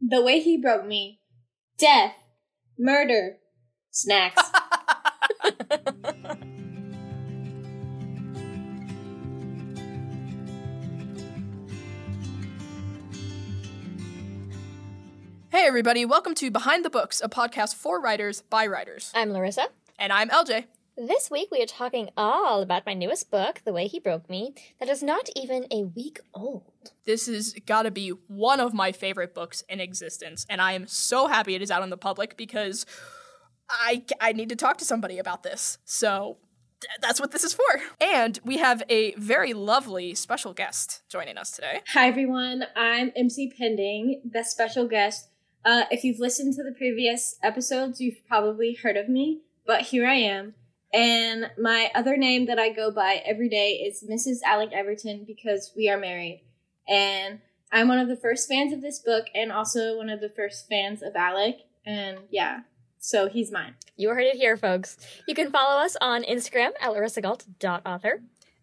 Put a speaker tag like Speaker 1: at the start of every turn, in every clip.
Speaker 1: The way he broke me. Death. Murder. Snacks.
Speaker 2: Hey, everybody, welcome to Behind the Books, a podcast for writers by writers.
Speaker 3: I'm Larissa.
Speaker 2: And I'm LJ.
Speaker 3: This week we are talking all about my newest book, The Way He Broke Me, that is not even a week old.
Speaker 2: This has got to be one of my favorite books in existence, and I am so happy it is out in the public because I, I need to talk to somebody about this. So th- that's what this is for. And we have a very lovely special guest joining us today.
Speaker 1: Hi, everyone. I'm MC Pending, the special guest. Uh, if you've listened to the previous episodes, you've probably heard of me, but here I am. And my other name that I go by every day is Mrs. Alec Everton because we are married. And I'm one of the first fans of this book and also one of the first fans of Alec. And yeah, so he's mine.
Speaker 3: You heard it here, folks. You can follow us on Instagram at larissagalt.author.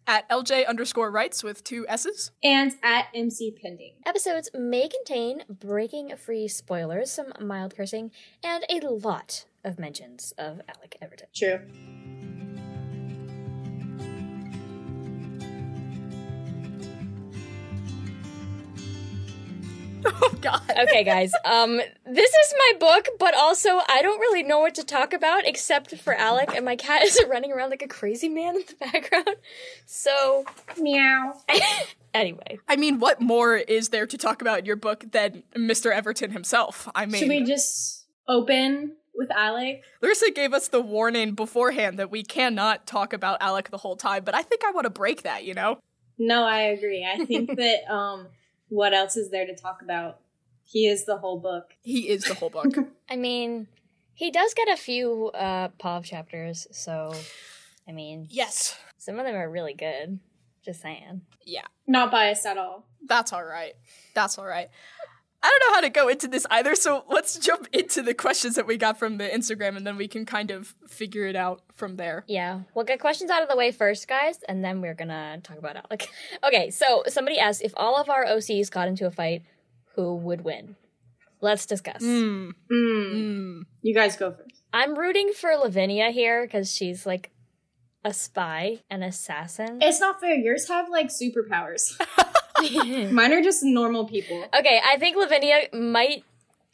Speaker 2: At LJ underscore writes with two S's.
Speaker 1: And at MC Pending.
Speaker 3: Episodes may contain breaking free spoilers, some mild cursing, and a lot of mentions of Alec Everton.
Speaker 1: True.
Speaker 2: Oh, God.
Speaker 3: Okay, guys. Um, this is my book, but also I don't really know what to talk about except for Alec, and my cat is running around like a crazy man in the background. So,
Speaker 1: Meow.
Speaker 3: anyway,
Speaker 2: I mean, what more is there to talk about in your book than Mr. Everton himself? I mean,
Speaker 1: Should we just open with Alec?
Speaker 2: Larissa gave us the warning beforehand that we cannot talk about Alec the whole time, but I think I want to break that, you know?
Speaker 1: No, I agree. I think that um what else is there to talk about? He is the whole book.
Speaker 2: He is the whole book.
Speaker 3: I mean, he does get a few uh, POV chapters, so, I mean,
Speaker 2: yes.
Speaker 3: some of them are really good. Just saying.
Speaker 2: Yeah.
Speaker 1: Not biased at all.
Speaker 2: That's all right. That's all right. I don't know how to go into this either, so let's jump into the questions that we got from the Instagram and then we can kind of figure it out from there.
Speaker 3: Yeah, we'll get questions out of the way first, guys, and then we're gonna talk about Alec. okay, so somebody asked if all of our OCs got into a fight, who would win? Let's discuss.
Speaker 2: Mm,
Speaker 1: Mm.
Speaker 2: mm.
Speaker 1: You guys go first.
Speaker 3: I'm rooting for Lavinia here because she's like a spy, an assassin.
Speaker 1: It's not fair. Yours have like superpowers. Mine are just normal people.
Speaker 3: okay, I think Lavinia might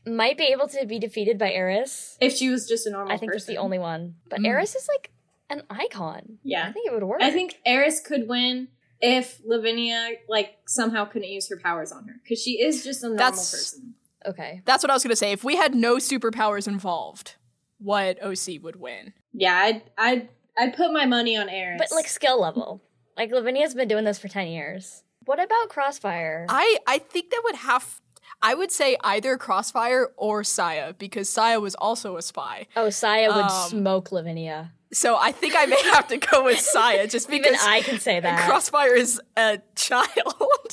Speaker 3: might be able to be defeated by Eris.
Speaker 1: If she was just a normal
Speaker 3: I think that's
Speaker 1: person. Mm-hmm.
Speaker 3: the only one. But
Speaker 2: Mm.
Speaker 3: Eris is like an icon.
Speaker 1: Yeah.
Speaker 3: I think it would work.
Speaker 1: I think Eris could win if Lavinia like somehow couldn't use her powers on her because she is just a normal
Speaker 2: That's-
Speaker 1: person.
Speaker 3: okay.
Speaker 2: That's what I was going to say. If we had no superpowers involved, what OC would win?
Speaker 1: Yeah, I'd I'd I'd put my money on Eris.
Speaker 3: But like skill level. Like Lavinia's been doing this for 10 years. What about Crossfire?
Speaker 2: I I think that would have I would say either Crossfire or Saya because Saya was also a spy.
Speaker 3: oh, Saya would
Speaker 2: Um,
Speaker 3: smoke Lavinia.
Speaker 2: So I think I may have to go with Saya just
Speaker 3: Even
Speaker 2: because
Speaker 3: I can say that.
Speaker 2: Crossfire is a child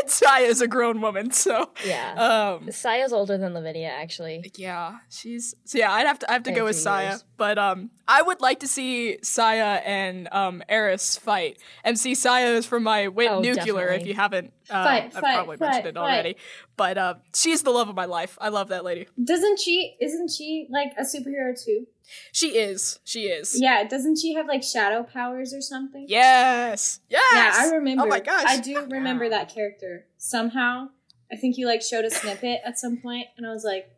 Speaker 2: and Saya is a grown woman. So
Speaker 3: yeah.
Speaker 2: um
Speaker 3: Saya's older than Lavinia actually.
Speaker 2: yeah, she's so yeah, I'd have to I have to
Speaker 3: By a
Speaker 2: go with
Speaker 3: few
Speaker 2: Saya.
Speaker 3: years.
Speaker 2: But um I would like to see Saya and um Eris fight. MC Saya is from my Wit
Speaker 3: Oh,
Speaker 2: Nuclear if
Speaker 3: definitely.
Speaker 2: you haven't um,
Speaker 1: Fight,
Speaker 2: I've
Speaker 1: fight,
Speaker 2: probably
Speaker 1: fight,
Speaker 2: mentioned it
Speaker 1: fight.
Speaker 2: already. But uh, she's the love of my life. I love that lady.
Speaker 1: doesn't she? Isn't she like a superhero too?
Speaker 2: She is. She is.
Speaker 1: Yeah, doesn't she have like shadow powers or something?
Speaker 2: Yes.
Speaker 1: Yeah,
Speaker 2: Yes.
Speaker 1: I remember.
Speaker 2: Oh my gosh.
Speaker 1: I do remember that character somehow. I think you like showed a snippet at some point, and I was like,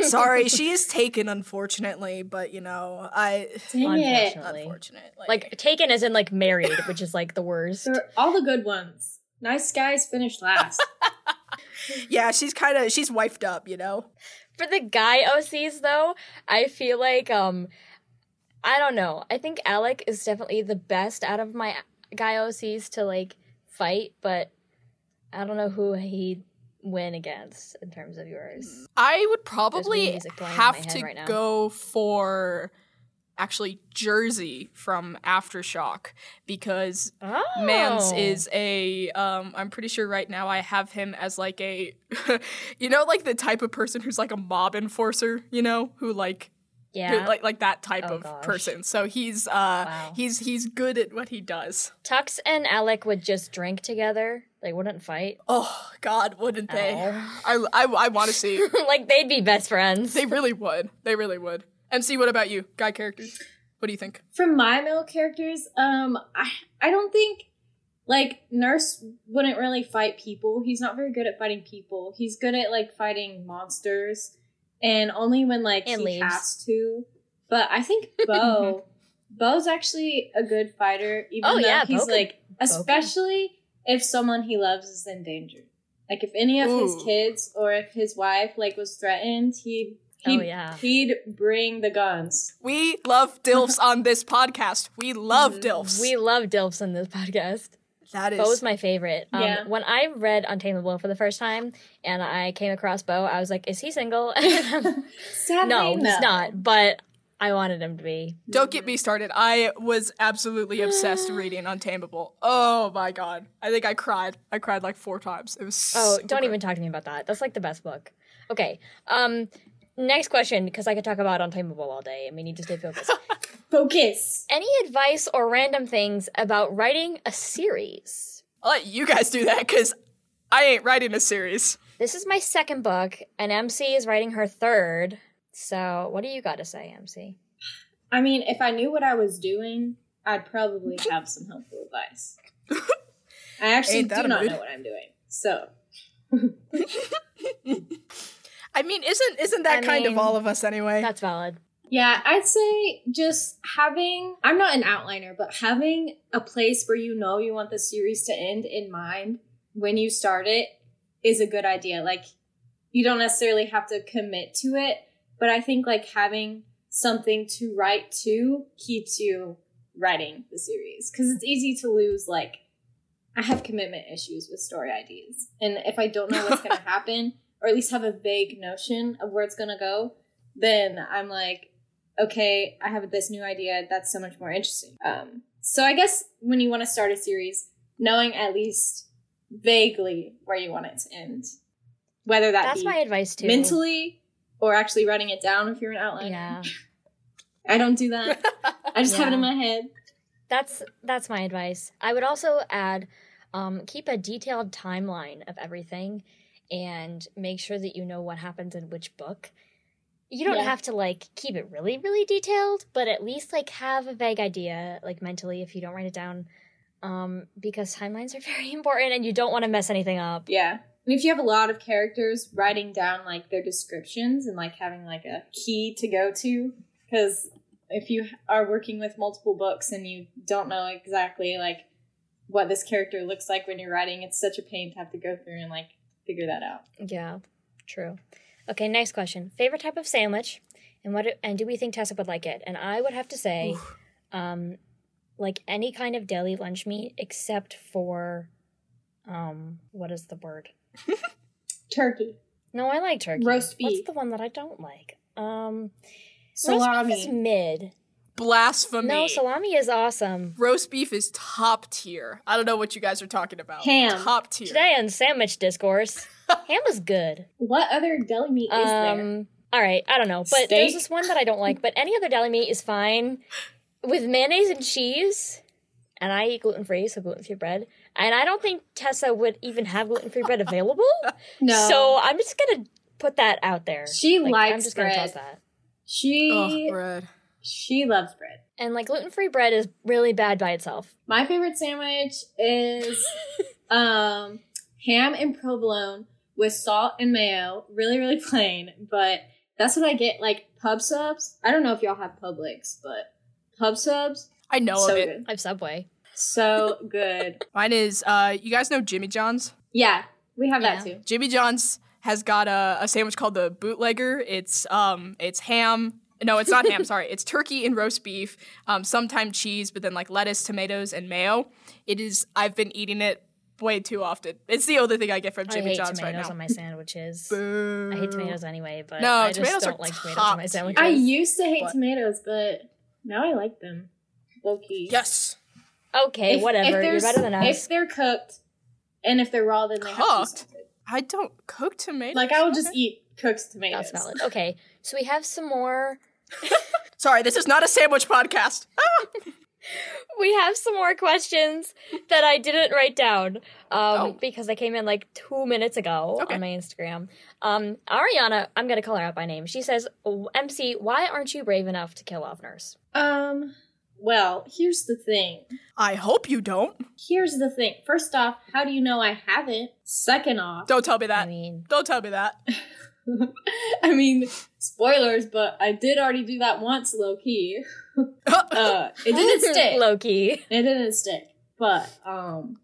Speaker 2: Sorry, she is taken, unfortunately. But you know, I
Speaker 1: "Dang it!"
Speaker 3: Unfortunately.
Speaker 2: unfortunately
Speaker 3: Like taken as in like married, which is like the worst.
Speaker 1: They're all the good ones. Nice guys finished last.
Speaker 2: yeah, she's kind of she's wifed up, you know.
Speaker 3: For the guy OCs though, I feel like um I don't know. I think Alec is definitely the best out of my guy OCs to like fight, but I don't know who he'd win against in terms of yours.
Speaker 2: I would
Speaker 3: There's
Speaker 2: probably
Speaker 3: music playing in my
Speaker 2: have
Speaker 3: head
Speaker 2: to
Speaker 3: right now.
Speaker 2: go for actually Jersey from Aftershock because
Speaker 3: Oh.
Speaker 2: Mm. Mans is a um I'm pretty sure right now I have him as like a you know like the type of person who's like a mob enforcer, you know, who like
Speaker 3: Yeah.
Speaker 2: like like that type
Speaker 3: Oh,
Speaker 2: of
Speaker 3: gosh.
Speaker 2: person. So he's uh
Speaker 3: Wow.
Speaker 2: he's he's good at what he does.
Speaker 3: Tux and Alec would just drink together. They wouldn't fight.
Speaker 2: Oh God, wouldn't they?
Speaker 3: Oh.
Speaker 2: I I, I want to see.
Speaker 3: like they'd be best friends.
Speaker 2: they really would. They really would. MC, what about you? Guy characters. What do you think?
Speaker 1: From my male characters, um, I I don't think like Nurse wouldn't really fight people. He's not very good at fighting people. He's good at like fighting monsters, and only when like
Speaker 3: And
Speaker 1: he
Speaker 3: leaves.
Speaker 1: has to. But I think Bo, Bo's actually a good fighter. Even
Speaker 3: Oh,
Speaker 1: though
Speaker 3: yeah,
Speaker 1: he's
Speaker 3: Bo can-
Speaker 1: like, especially if someone he loves is in danger. Like if any of
Speaker 2: Ooh.
Speaker 1: his kids or if his wife like was threatened, he. He'd,
Speaker 3: Oh, yeah.
Speaker 1: he'd bring the guns.
Speaker 2: We love DILFs on this podcast. Mm-hmm. We love DILFs.
Speaker 3: we love Dilfs in this podcast.
Speaker 2: that is
Speaker 3: Bo was my favorite. Um,
Speaker 1: Yeah.
Speaker 3: When I read Untamable for the first time and I came across Bo, I was like, is he single?
Speaker 1: Sadly,
Speaker 3: no, he's not. But I wanted him to be.
Speaker 2: Don't get me started. I was absolutely obsessed reading Untamable. Oh my god. I think I cried. I cried like four times. It was
Speaker 3: Oh,
Speaker 2: so
Speaker 3: don't
Speaker 2: good.
Speaker 3: even talk to me about that. That's like the best book. Okay. Um, next question, because I could talk about Untamable all day and we need to stay focused.
Speaker 1: Focus.
Speaker 3: Any advice or random things about writing a series?
Speaker 2: I'll let you guys do that because I ain't writing a series.
Speaker 3: This is my second book, and MC is writing her third. So, what do you got to say, MC?
Speaker 1: I mean, if I knew what I was doing, I'd probably have some helpful advice. I actually
Speaker 2: Ain't that
Speaker 1: do
Speaker 2: a
Speaker 1: not
Speaker 2: mood?
Speaker 1: know what I'm doing. So,
Speaker 2: I mean, isn't isn't that
Speaker 3: I
Speaker 2: kind
Speaker 3: mean,
Speaker 2: of all of us anyway?
Speaker 3: That's valid.
Speaker 1: yeah, I'd say just having, I'm not an outliner, but having a place where you know you want the series to end in mind when you start it is a good idea. Like, you don't necessarily have to commit to it, but I think like having something to write to keeps you writing the series because it's easy to lose like I have commitment issues with story ideas. And if I don't know what's going to happen, or at least have a vague notion of where it's going to go, then I'm like, okay, I have this new idea. That's so much more interesting. Um, so I guess when you want to start a series, knowing at least vaguely where you want it to end, whether that
Speaker 3: That's
Speaker 1: be
Speaker 3: my advice too.
Speaker 1: mentally or actually writing it down if you're an outline.
Speaker 3: yeah.
Speaker 1: I don't do that. I just have it in my
Speaker 3: Yeah.
Speaker 1: head.
Speaker 3: That's that's my advice. I would also add um, keep a detailed timeline of everything and make sure that you know what happens in which book. You don't
Speaker 1: Yeah.
Speaker 3: have to like keep it really really detailed, but at least like have a vague idea like mentally if you don't write it down um, because timelines are very important and you don't want to mess anything up.
Speaker 1: Yeah. And if you have a lot of characters, writing down like their descriptions and like having like a key to go to because if you are working with multiple books and you don't know exactly like what this character looks like when you're writing, it's such a pain to have to go through and like figure that out.
Speaker 3: Yeah. True. Okay, next question. Favorite type of sandwich and what and do we think Tessa would like it? And I would have to say um like any kind of deli lunch meat except for um what is the word
Speaker 1: Turkey,
Speaker 3: no i like turkey
Speaker 1: Roast
Speaker 3: what's
Speaker 1: beef.
Speaker 3: the one that i don't like um roast beef is
Speaker 1: salami,
Speaker 3: mid
Speaker 2: Blasphemy.
Speaker 3: no salami is awesome
Speaker 2: Roast beef is top tier. I don't know what you guys are talking about.
Speaker 1: Ham.
Speaker 2: Top tier.
Speaker 3: today on sandwich discourse ham is good
Speaker 1: what other deli meat is there?
Speaker 3: um all right i don't know but there's
Speaker 1: Steak?
Speaker 3: this one that i don't like but any other deli meat is fine with mayonnaise and cheese and I eat gluten free, so gluten free bread. And I don't think Tessa would even have gluten free bread available.
Speaker 1: No,
Speaker 3: So I'm just gonna put that out there.
Speaker 1: She likes
Speaker 3: I'm just gonna
Speaker 1: bread.
Speaker 3: toss that.
Speaker 1: she
Speaker 2: Oh, bread.
Speaker 1: she loves bread.
Speaker 3: And like gluten free bread is really bad by itself.
Speaker 1: My favorite sandwich is um, ham and provolone with salt and mayo. Really, really plain, but that's what I get. Like pub subs. I don't know if y'all have Publix, but pub subs
Speaker 2: I know
Speaker 1: so
Speaker 2: of it.
Speaker 1: good,
Speaker 3: I have Subway.
Speaker 1: so good.
Speaker 2: Mine is uh you guys know Jimmy John's?
Speaker 1: Yeah, we have that
Speaker 3: Yeah.
Speaker 1: too.
Speaker 2: Jimmy John's has got a, a sandwich called the bootlegger. It's um it's ham. No, it's not ham. Sorry, it's turkey and roast beef. Um, sometimes cheese, but then like lettuce, tomatoes, and mayo. It is. I've been eating it way too often. It's the only thing I get from
Speaker 3: I
Speaker 2: Jimmy
Speaker 3: hate
Speaker 2: John's
Speaker 3: tomatoes
Speaker 2: right now.
Speaker 3: on my sandwiches.
Speaker 2: Boo.
Speaker 3: I hate tomatoes anyway, but
Speaker 2: No,
Speaker 3: I just
Speaker 2: tomatoes
Speaker 3: don't
Speaker 2: are
Speaker 3: like tomatoes
Speaker 2: top
Speaker 3: on my
Speaker 2: tier.
Speaker 3: sandwiches.
Speaker 1: I used to hate
Speaker 2: What?
Speaker 1: tomatoes, but now I like them. Low key.
Speaker 2: Yes.
Speaker 3: okay,
Speaker 1: If-
Speaker 3: whatever.
Speaker 1: if
Speaker 3: You're
Speaker 1: there's-
Speaker 3: better than
Speaker 1: If
Speaker 3: us.
Speaker 1: they're cooked, and if they're raw, then they have
Speaker 2: Cooked?
Speaker 1: to be salted.
Speaker 2: I don't cook tomatoes.
Speaker 1: Like I will just
Speaker 2: Okay.
Speaker 1: eat cooked tomatoes.
Speaker 3: That's valid. Okay, so we have some more
Speaker 2: Sorry, this is not a sandwich podcast. Ah!
Speaker 3: We have some more questions that I didn't write down um,
Speaker 2: Oh.
Speaker 3: because they came in like two minutes ago
Speaker 2: Okay.
Speaker 3: on my Instagram. Um, Ariana, I'm going to call her out by name. She says, MC, why aren't you brave enough to kill off Nurse?
Speaker 1: Um, well, here's the thing.
Speaker 2: I hope you don't.
Speaker 1: Here's the thing. First off, how do you know I haven't? Second off,
Speaker 2: Don't tell me
Speaker 3: I
Speaker 2: that.
Speaker 3: mean,
Speaker 2: Don't tell me that.
Speaker 1: I mean, spoilers, but I did already do that once, low key. Uh, it didn't stick.
Speaker 3: Loki.
Speaker 1: It didn't stick. But um,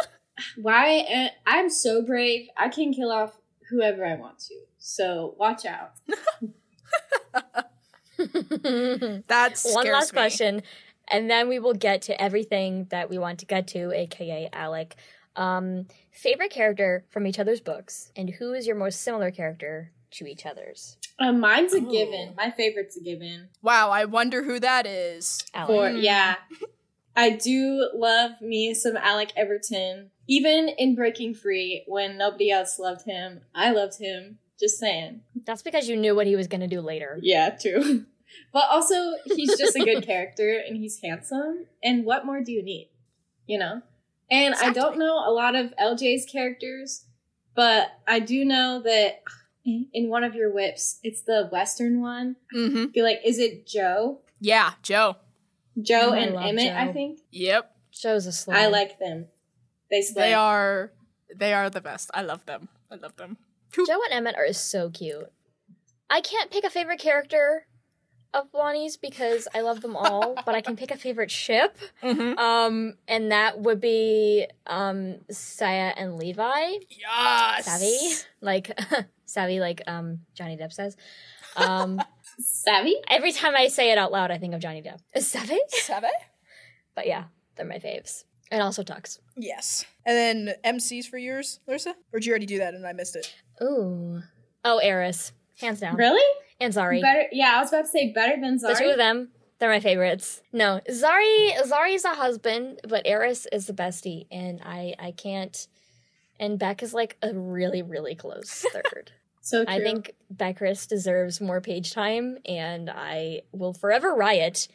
Speaker 1: why? eh, I'm so brave. I can kill off whoever I want to. So watch out.
Speaker 3: One
Speaker 2: That's
Speaker 3: last question, and then we will get to everything that we want to get to, aka Alec. Um, favorite character from each other's books, and who is your most similar character to each other's?
Speaker 1: Uh, mine's a
Speaker 2: Oh.
Speaker 1: given. My favorite's a given.
Speaker 2: Wow, I wonder who that is.
Speaker 3: Alec.
Speaker 1: For
Speaker 2: Hmm.
Speaker 1: yeah, I do love me some Alec Everton. Even in Breaking Free, when nobody else loved him, I loved him. Just saying.
Speaker 3: That's because you knew what he was going to do later.
Speaker 1: Yeah, true. But also, he's just a good character and he's handsome. And what more do you need? You know? And I don't
Speaker 2: Exactly.
Speaker 1: know a lot of LJ's characters, but I do know that in one of your whips, it's the Western one.
Speaker 2: Mm-hmm.
Speaker 1: I feel like, is it Joe?
Speaker 2: Yeah, Joe.
Speaker 1: Joe
Speaker 3: I
Speaker 1: and
Speaker 3: love
Speaker 1: Emmett, I
Speaker 3: Joe.
Speaker 1: think.
Speaker 2: Yep.
Speaker 3: Joe's a slut.
Speaker 1: I like them. They slay.
Speaker 2: They are they are the best. I love them. I love them.
Speaker 3: Joe and Emmett are so cute. I can't pick a favorite character of Lonnie's because I love them all, but I can pick a favorite ship.
Speaker 2: Mm-hmm.
Speaker 3: Um, and that would be um Saya and Levi.
Speaker 2: Yes.
Speaker 3: Savvy. Like savvy, like um Johnny Depp says. Um
Speaker 1: Savvy?
Speaker 3: every time I say it out loud I think of Johnny Depp. Savvy?
Speaker 2: Savvy?
Speaker 3: But yeah, they're my faves. And also Tux.
Speaker 2: Yes. And then MCs for yours, Larissa? Or did you already do that and I missed it?
Speaker 3: Ooh. Oh, Eris. Hands down.
Speaker 1: Really?
Speaker 3: And Zari.
Speaker 1: Better yeah, I was about to say better than
Speaker 3: The two of
Speaker 1: Zari.
Speaker 3: them, they're my favorites. No, Zari Zari's a husband, but Eris is the bestie, and I I can't. And Beck is like a really really close third.
Speaker 1: So true.
Speaker 3: I think Beckrist deserves more page time, and I will forever riot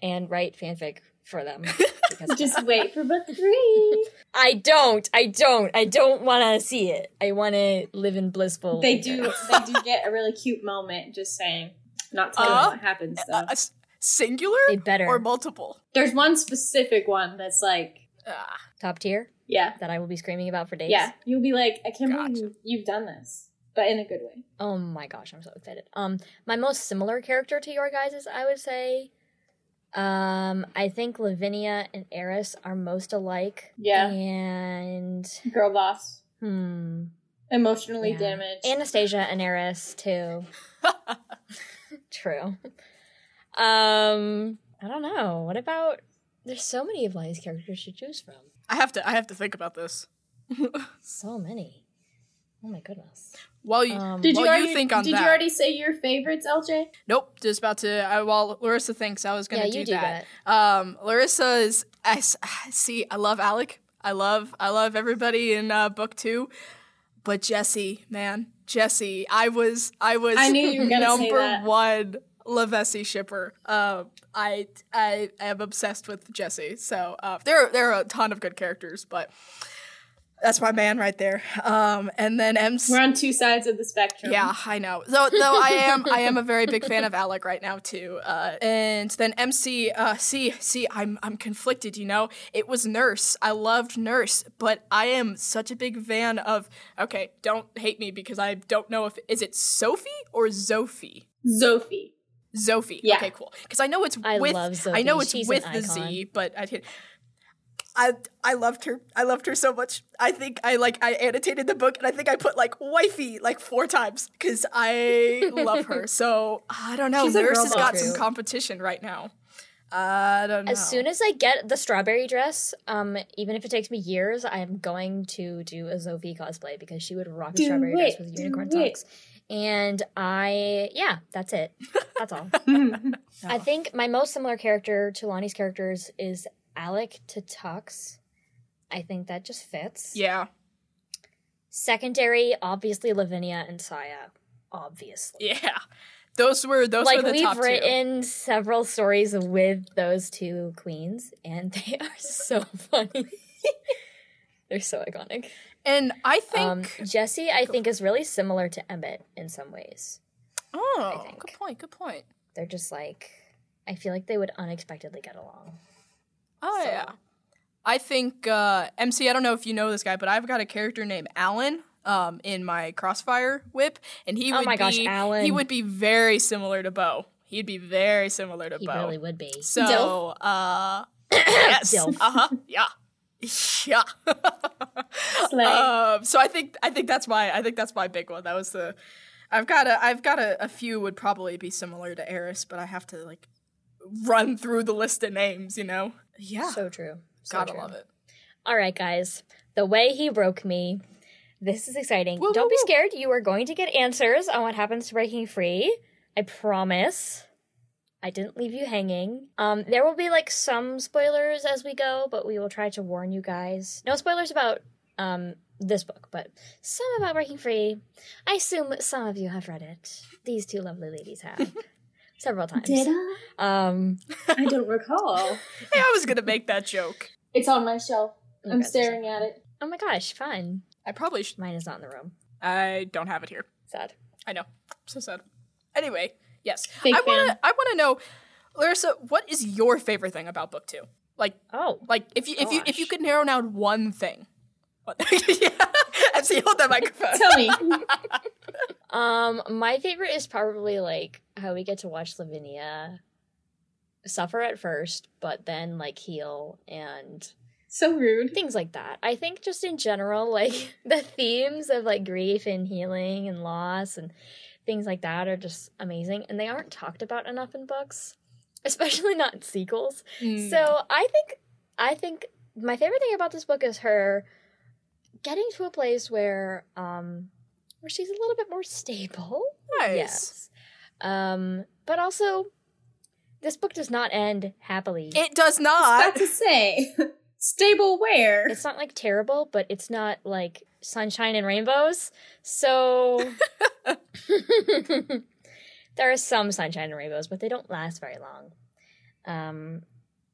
Speaker 3: and write fanfic for them. Because of
Speaker 1: just
Speaker 3: that.
Speaker 1: wait for book three.
Speaker 3: I don't, I don't, I don't want to see it. I want to live in blissful.
Speaker 1: they do they
Speaker 3: eternity.
Speaker 1: do get a really cute moment just saying not telling
Speaker 2: Uh,
Speaker 1: what happens though
Speaker 2: Uh, a s- singular
Speaker 3: They better
Speaker 2: or multiple?
Speaker 1: there's one specific one that's like
Speaker 2: Ah.
Speaker 3: top tier
Speaker 1: yeah
Speaker 3: that I will be screaming about for days.
Speaker 1: yeah you'll be like i can't
Speaker 2: Gotcha.
Speaker 1: believe you- you've done this but in a good way
Speaker 3: Oh my gosh, I'm so excited. Um, my most similar character to your guys is, I would say, um, I think Lavinia and Eris are most alike.
Speaker 1: Yeah.
Speaker 3: And
Speaker 1: girl boss
Speaker 3: hmm,
Speaker 1: emotionally
Speaker 3: Yeah.
Speaker 1: damaged
Speaker 3: Anastasia and Eris too. True. Um, I don't know. What about? There's so many of Lonnie's characters to choose from.
Speaker 2: I have to I have to think about this.
Speaker 3: So many. Oh my goodness.
Speaker 2: While you
Speaker 3: Um,
Speaker 1: did
Speaker 2: Well,
Speaker 1: you
Speaker 2: you
Speaker 1: already
Speaker 2: think on
Speaker 1: did
Speaker 2: that.
Speaker 1: you already say your favorites lj
Speaker 2: Nope, just about to. I, while Larissa thinks I was going
Speaker 3: yeah,
Speaker 2: to
Speaker 3: you
Speaker 2: do, that. Um, Larissa is. I s- see. I love Alec. I love. I love everybody in uh, book two, but Jesse, man, Jesse. I was. I was.
Speaker 1: i knew you were gonna say
Speaker 2: number
Speaker 1: that
Speaker 2: one Lavessi shipper. Uh, I I am obsessed with Jesse. So uh, there there are a ton of good characters, but that's my man right there. Um, and then MC.
Speaker 1: we're on two sides of the spectrum
Speaker 2: Yeah, I know. Though, though I am, I am a very big fan of Alec right now too. Uh, and then MC, uh, see, see, I'm, I'm conflicted. You know, it was Nurse. I loved Nurse, but I am such a big fan of. Okay, don't hate me because I don't know if is it Sophie or Zophie.
Speaker 1: zophie
Speaker 2: Zophie.
Speaker 1: Yeah.
Speaker 2: Okay, cool. Because I know it's
Speaker 3: I
Speaker 2: with.
Speaker 3: love
Speaker 2: I know
Speaker 3: Zophie.
Speaker 2: it's
Speaker 3: She's an
Speaker 2: with the Z, but I didn't. I, I loved her. I loved her so much. I think I like I annotated the book and I think I put like wifey like four times because I love her. So I don't know.
Speaker 1: She's a
Speaker 2: Nurse
Speaker 1: girl
Speaker 2: has got
Speaker 3: boss.
Speaker 2: some
Speaker 3: True.
Speaker 2: competition right now. I don't know.
Speaker 3: As soon as I get the strawberry dress, um, even if it takes me years, I am going to do a Zophie cosplay because she would rock a
Speaker 1: Do
Speaker 3: strawberry
Speaker 1: it,
Speaker 3: dress with
Speaker 1: do
Speaker 3: unicorn
Speaker 1: it.
Speaker 3: socks. And I, yeah, that's it. That's all. I think my most similar character to Lonnie's characters is Alec to Tux. I think that just fits.
Speaker 2: yeah,
Speaker 3: Secondary, obviously Lavinia and Saya. Obviously.
Speaker 2: yeah, Those were those
Speaker 3: like
Speaker 2: were the
Speaker 3: we've
Speaker 2: top two.
Speaker 3: written several stories with those two queens, and they are so funny. They're so iconic.
Speaker 2: And I
Speaker 3: Um,
Speaker 2: think
Speaker 3: Jesse, I think, is really similar to Emmett in some ways.
Speaker 2: oh,
Speaker 3: think.
Speaker 2: good point, good point.
Speaker 3: They're just like, I feel like they would unexpectedly get along.
Speaker 2: Oh
Speaker 3: So-
Speaker 2: yeah. I think uh, MC. I don't know if you know this guy, but I've got a character named Alan um, in my Crossfire whip, and he
Speaker 3: Oh
Speaker 2: would
Speaker 3: my gosh,
Speaker 2: be
Speaker 3: Alan.
Speaker 2: he would be very similar to Bo. He'd be very similar to
Speaker 3: He
Speaker 2: Bo.
Speaker 3: really would be.
Speaker 2: so,
Speaker 1: Dilf.
Speaker 2: uh, yes, uh
Speaker 3: Dilf.
Speaker 2: huh, yeah, yeah.
Speaker 1: Slay.
Speaker 2: um, so I think I think that's my I think that's my big one. That was the I've got a I've got a, a few would probably be similar to Eris, but I have to like run through the list of names, you know. Yeah,
Speaker 3: So true. So
Speaker 2: gotta
Speaker 3: true.
Speaker 2: love it.
Speaker 3: All right, guys. The way he broke me. This is exciting.
Speaker 2: Woo, woo,
Speaker 3: Don't be
Speaker 2: woo.
Speaker 3: scared. You are going to get answers on what happens to breaking free. I promise. I didn't leave you hanging. Um, there will be like some spoilers as we go, but we will try to warn you guys. No spoilers about um this book, but some about breaking free. I assume some of you have read it. These two lovely ladies have several times.
Speaker 1: Did I?
Speaker 3: Um,
Speaker 1: I don't recall.
Speaker 2: Hey, I was gonna make that joke.
Speaker 1: It's on my shelf.
Speaker 3: you
Speaker 1: I'm
Speaker 3: guys are so-
Speaker 1: staring at it.
Speaker 3: Oh my gosh, fun.
Speaker 2: I probably should.
Speaker 3: Mine is not in the room.
Speaker 2: I don't have it here.
Speaker 3: Sad.
Speaker 2: I know. so sad. Anyway, yes.
Speaker 1: Fake
Speaker 2: I wanna.
Speaker 1: fan.
Speaker 2: I wanna know, Larissa. What is your favorite thing about book two? Like,
Speaker 3: Oh,
Speaker 2: like if you if you if
Speaker 3: Gosh.
Speaker 2: you could narrow down one thing. What? yeah. MC, hold that microphone.
Speaker 1: Tell me.
Speaker 3: Um, my favorite is probably like how we get to watch Lavinia suffer at first, but then like heal and
Speaker 1: so rude.
Speaker 3: things like that. I think just in general, like the themes of like grief and healing and loss and things like that are just amazing, and they aren't talked about enough in books, especially not in sequels.
Speaker 2: Mm.
Speaker 3: So I think I think my favorite thing about this book is her getting to a place where um where she's a little bit more stable.
Speaker 2: nice.
Speaker 3: Yes. Um but also this book does not end happily.
Speaker 2: It does
Speaker 1: About
Speaker 2: not.
Speaker 1: to say. Stable where?
Speaker 3: it's not like terrible, but it's not like sunshine and rainbows. So there are some sunshine and rainbows, but they don't last very long. Um,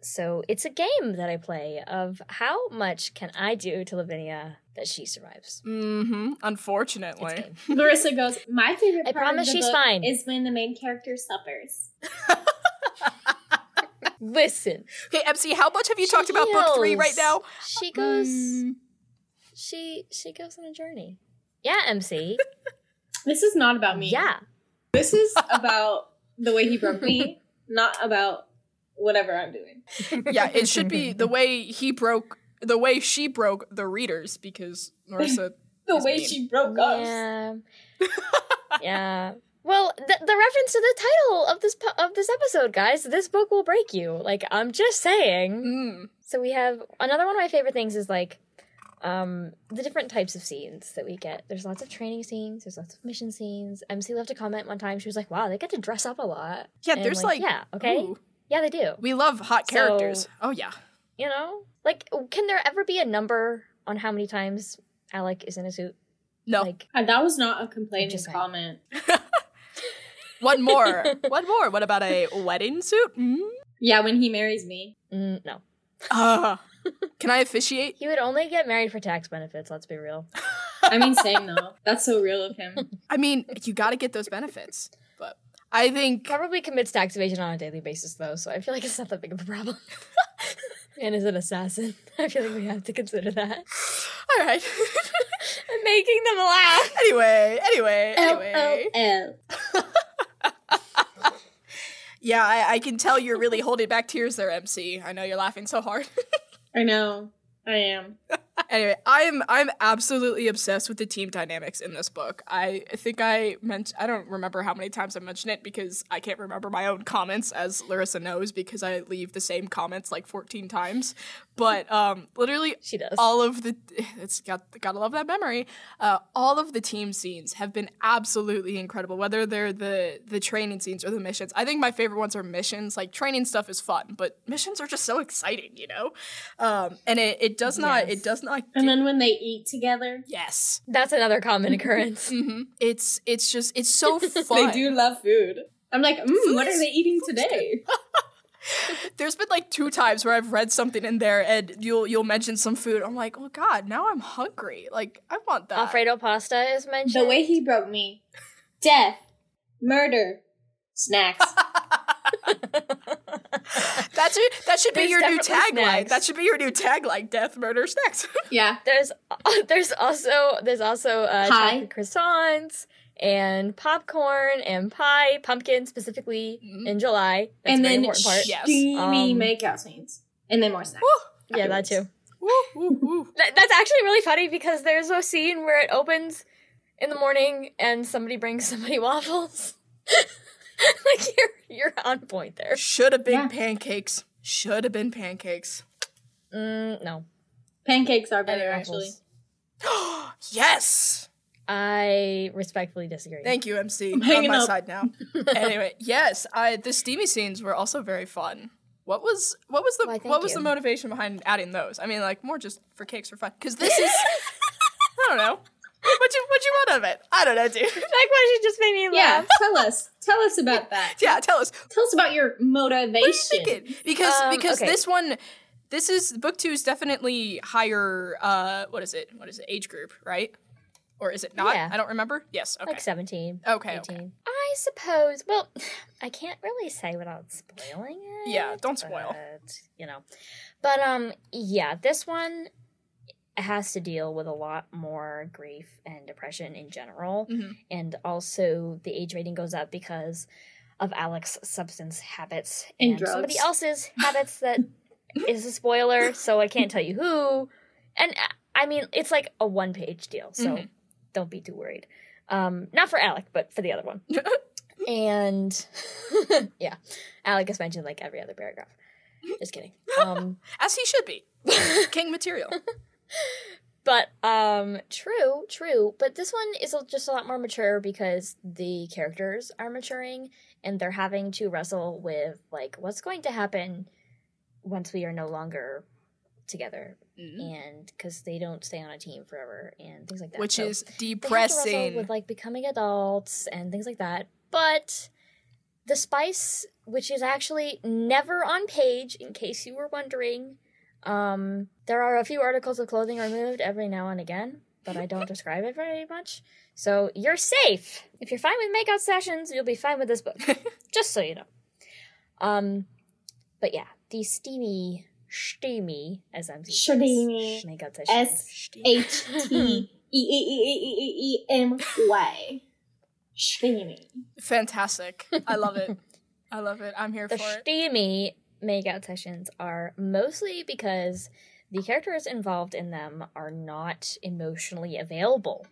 Speaker 3: so it's a game that I play of how much can I do to Lavinia that she survives.
Speaker 2: Mm-hmm.
Speaker 3: It's a
Speaker 2: Unfortunately.
Speaker 3: game.
Speaker 1: Larissa goes, My favorite
Speaker 3: I
Speaker 1: part
Speaker 3: promise
Speaker 1: of the
Speaker 3: she's
Speaker 1: book
Speaker 3: fine.
Speaker 1: is when the main character suffers.
Speaker 3: Listen,
Speaker 2: Okay, MC, how much have you
Speaker 3: she
Speaker 2: talked about book three right
Speaker 3: heals.
Speaker 2: now?
Speaker 3: She goes.
Speaker 2: Mm.
Speaker 3: She she goes on a journey. Yeah, MC.
Speaker 1: This is not about me.
Speaker 3: yeah.
Speaker 1: This is about the way he broke me, not about whatever I'm doing.
Speaker 2: yeah, it should be the way he broke, the way she broke the readers because Marissa.
Speaker 1: The
Speaker 2: is
Speaker 1: way
Speaker 2: mean.
Speaker 1: she broke us.
Speaker 3: Yeah. yeah. Well, the, the reference to the title of this po- of this episode, guys, this book will break you. Like I'm just saying.
Speaker 2: Mm.
Speaker 3: So we have another one of my favorite things is like um the different types of scenes that we get. There's lots of training scenes, there's lots of mission scenes. MC left a comment one time. She was like, "Wow, they get to dress up a lot."
Speaker 2: Yeah,
Speaker 3: And,
Speaker 2: there's like,
Speaker 3: Yeah, okay.
Speaker 2: ooh,
Speaker 3: Yeah, they do.
Speaker 2: we love hot
Speaker 3: So-
Speaker 2: characters. oh yeah,
Speaker 3: You know? Like can there ever be a number on how many times Alec is in a suit?
Speaker 2: no,
Speaker 3: Like
Speaker 1: And Uh, that was not a complaining
Speaker 3: Just saying.
Speaker 1: comment.
Speaker 2: one more, one more. What about a wedding suit? Mm?
Speaker 1: Yeah, when he marries me.
Speaker 3: mm, no.
Speaker 2: Uh, can I officiate?
Speaker 3: He would only get married for tax benefits, let's be real.
Speaker 1: I mean, same though. That's so real of him.
Speaker 2: I mean, you got to get those benefits, but I think
Speaker 3: probably commits tax evasion on a daily basis though, so I feel like it's not that big of a problem. and is an assassin. I feel like we have to consider that.
Speaker 2: all right.
Speaker 3: I'm making them laugh.
Speaker 2: anyway, anyway,
Speaker 3: Oh,
Speaker 2: anyway.
Speaker 1: LOL.
Speaker 2: Yeah, I, I can tell you're really holding back tears there, MC. I know you're laughing so hard.
Speaker 1: I know. I am.
Speaker 2: anyway, I'm I'm absolutely obsessed with the team dynamics in this book. I think I meant I don't remember how many times I mentioned it because I can't remember my own comments as Larissa knows because I leave the same comments like 14 times. But um literally
Speaker 3: She does.
Speaker 2: all of the it's got gotta love that memory uh, all of the team scenes have been absolutely incredible whether they're the the training scenes or the missions i think my favorite ones are missions like training stuff is fun but missions are just so exciting you know um, and it, it does not
Speaker 3: Yes.
Speaker 2: it does not
Speaker 1: And then when they eat together,
Speaker 2: yes
Speaker 3: That's another common occurrence.
Speaker 2: hmm it's it's just it's so fun
Speaker 1: they do love food. I'm like, mm, what are they eating today?
Speaker 2: There's been like two times where I've read something in there and you'll you'll mention some food. I'm like, oh god, now I'm hungry. Like I want that.
Speaker 3: Alfredo pasta is mentioned.
Speaker 1: the way he broke me. Death, murder, snacks.
Speaker 2: That's your, that should be
Speaker 3: There's
Speaker 2: your new
Speaker 3: definitely
Speaker 2: tagline.
Speaker 3: snacks.
Speaker 2: That should be your new tagline: death, murder, snacks.
Speaker 1: yeah.
Speaker 3: there's there's also there's also uh,
Speaker 1: Pie.
Speaker 3: chocolate croissants and popcorn and pie, pumpkin specifically
Speaker 2: Mhm.
Speaker 3: in July. That's
Speaker 1: Mm-hmm. and
Speaker 3: a very
Speaker 1: then
Speaker 3: important part.
Speaker 2: yeah. Yes.
Speaker 1: steamy
Speaker 3: Um,
Speaker 1: makeout scenes. And then more snacks.
Speaker 2: Woo.
Speaker 3: Yeah, that too.
Speaker 2: Woo, woo, woo.
Speaker 3: That, that's actually really funny because there's a scene where it opens in the morning and somebody brings somebody waffles. like you're you're on point there.
Speaker 2: Should have been
Speaker 1: Yeah.
Speaker 2: pancakes. Should have been pancakes.
Speaker 3: Mm, no,
Speaker 1: Pancakes are better,
Speaker 3: Better
Speaker 1: actually.
Speaker 3: waffles.
Speaker 2: yes.
Speaker 3: I respectfully disagree.
Speaker 2: Thank you, MC. You're on
Speaker 1: hanging
Speaker 2: my
Speaker 1: up.
Speaker 2: side now. anyway, yes, I the steamy scenes were also very fun. What was what was the
Speaker 3: Why, thank
Speaker 2: what was
Speaker 3: you.
Speaker 2: the motivation behind adding those? I mean, like more just for cakes for fun. Because this is I don't know. What you what you want out of it? I don't know, dude.
Speaker 3: that question just made me
Speaker 1: Yeah,
Speaker 3: laugh.
Speaker 1: tell us. Tell us about that.
Speaker 2: Yeah, tell us.
Speaker 1: Tell us about your motivation.
Speaker 2: Take it. Because
Speaker 3: Um,
Speaker 2: because
Speaker 3: okay.
Speaker 2: this one this is book two is definitely higher uh what is it? What is it? Age group, right? Or is it not?
Speaker 3: Yeah.
Speaker 2: I don't remember. Yes. Okay.
Speaker 3: Like 17,
Speaker 2: okay,
Speaker 3: 18.
Speaker 2: okay.
Speaker 3: I suppose. Well, I can't really say without spoiling it.
Speaker 2: Yeah, don't spoil.
Speaker 3: but, you know, but um, yeah, this one has to deal with a lot more grief and depression in general,
Speaker 2: Mhm.
Speaker 3: and also the age rating goes up because of Alex's substance habits
Speaker 1: And
Speaker 3: somebody
Speaker 1: drugs.
Speaker 3: else's habits that is a spoiler, so I can't tell you who. And uh, I mean, it's like a one-page deal, so
Speaker 2: Mhm.
Speaker 3: don't be too worried. Um, not for Alec, but for the other one. and yeah, Alec is mentioned like every other paragraph. Just kidding. Um,
Speaker 2: As he should be. King material.
Speaker 3: but um, true, true. But this one is a- just a lot more mature because the characters are maturing and they're having to wrestle with like what's going to happen once we are no longer together and because they don't stay on a team forever and things like
Speaker 2: Mm-hmm.
Speaker 3: that.
Speaker 2: Which
Speaker 3: So-
Speaker 2: is
Speaker 3: they have to wrestle
Speaker 2: depressing.
Speaker 3: with like becoming adults and things like that. But the spice, which is actually never on page, in case you were wondering, um, there are a few articles of clothing removed every now and again, but I don't describe it very much. So you're safe. If you're fine with makeout sessions, you'll be fine with this book. Just so you know. Um, but yeah, the steamy, steamy, as I'm saying,
Speaker 1: Steamy.
Speaker 3: makeout sessions.
Speaker 1: S H T E E E E E E E M Y. Steamy.
Speaker 2: Fantastic. I love it. I love it. I'm here
Speaker 3: the
Speaker 2: for it.
Speaker 3: steamy makeout sessions are mostly because the characters involved in them are not emotionally available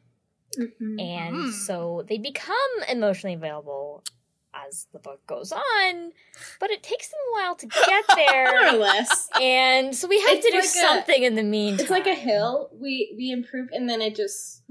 Speaker 1: Mhm.
Speaker 3: and
Speaker 2: Mhm.
Speaker 3: so they become emotionally available as the book goes on but it takes them a while to get
Speaker 1: More or
Speaker 3: there
Speaker 1: less.
Speaker 3: and so we have
Speaker 1: It's
Speaker 3: to do
Speaker 1: like a-
Speaker 3: something in the meantime
Speaker 1: It's like a hill. We we improve and then it just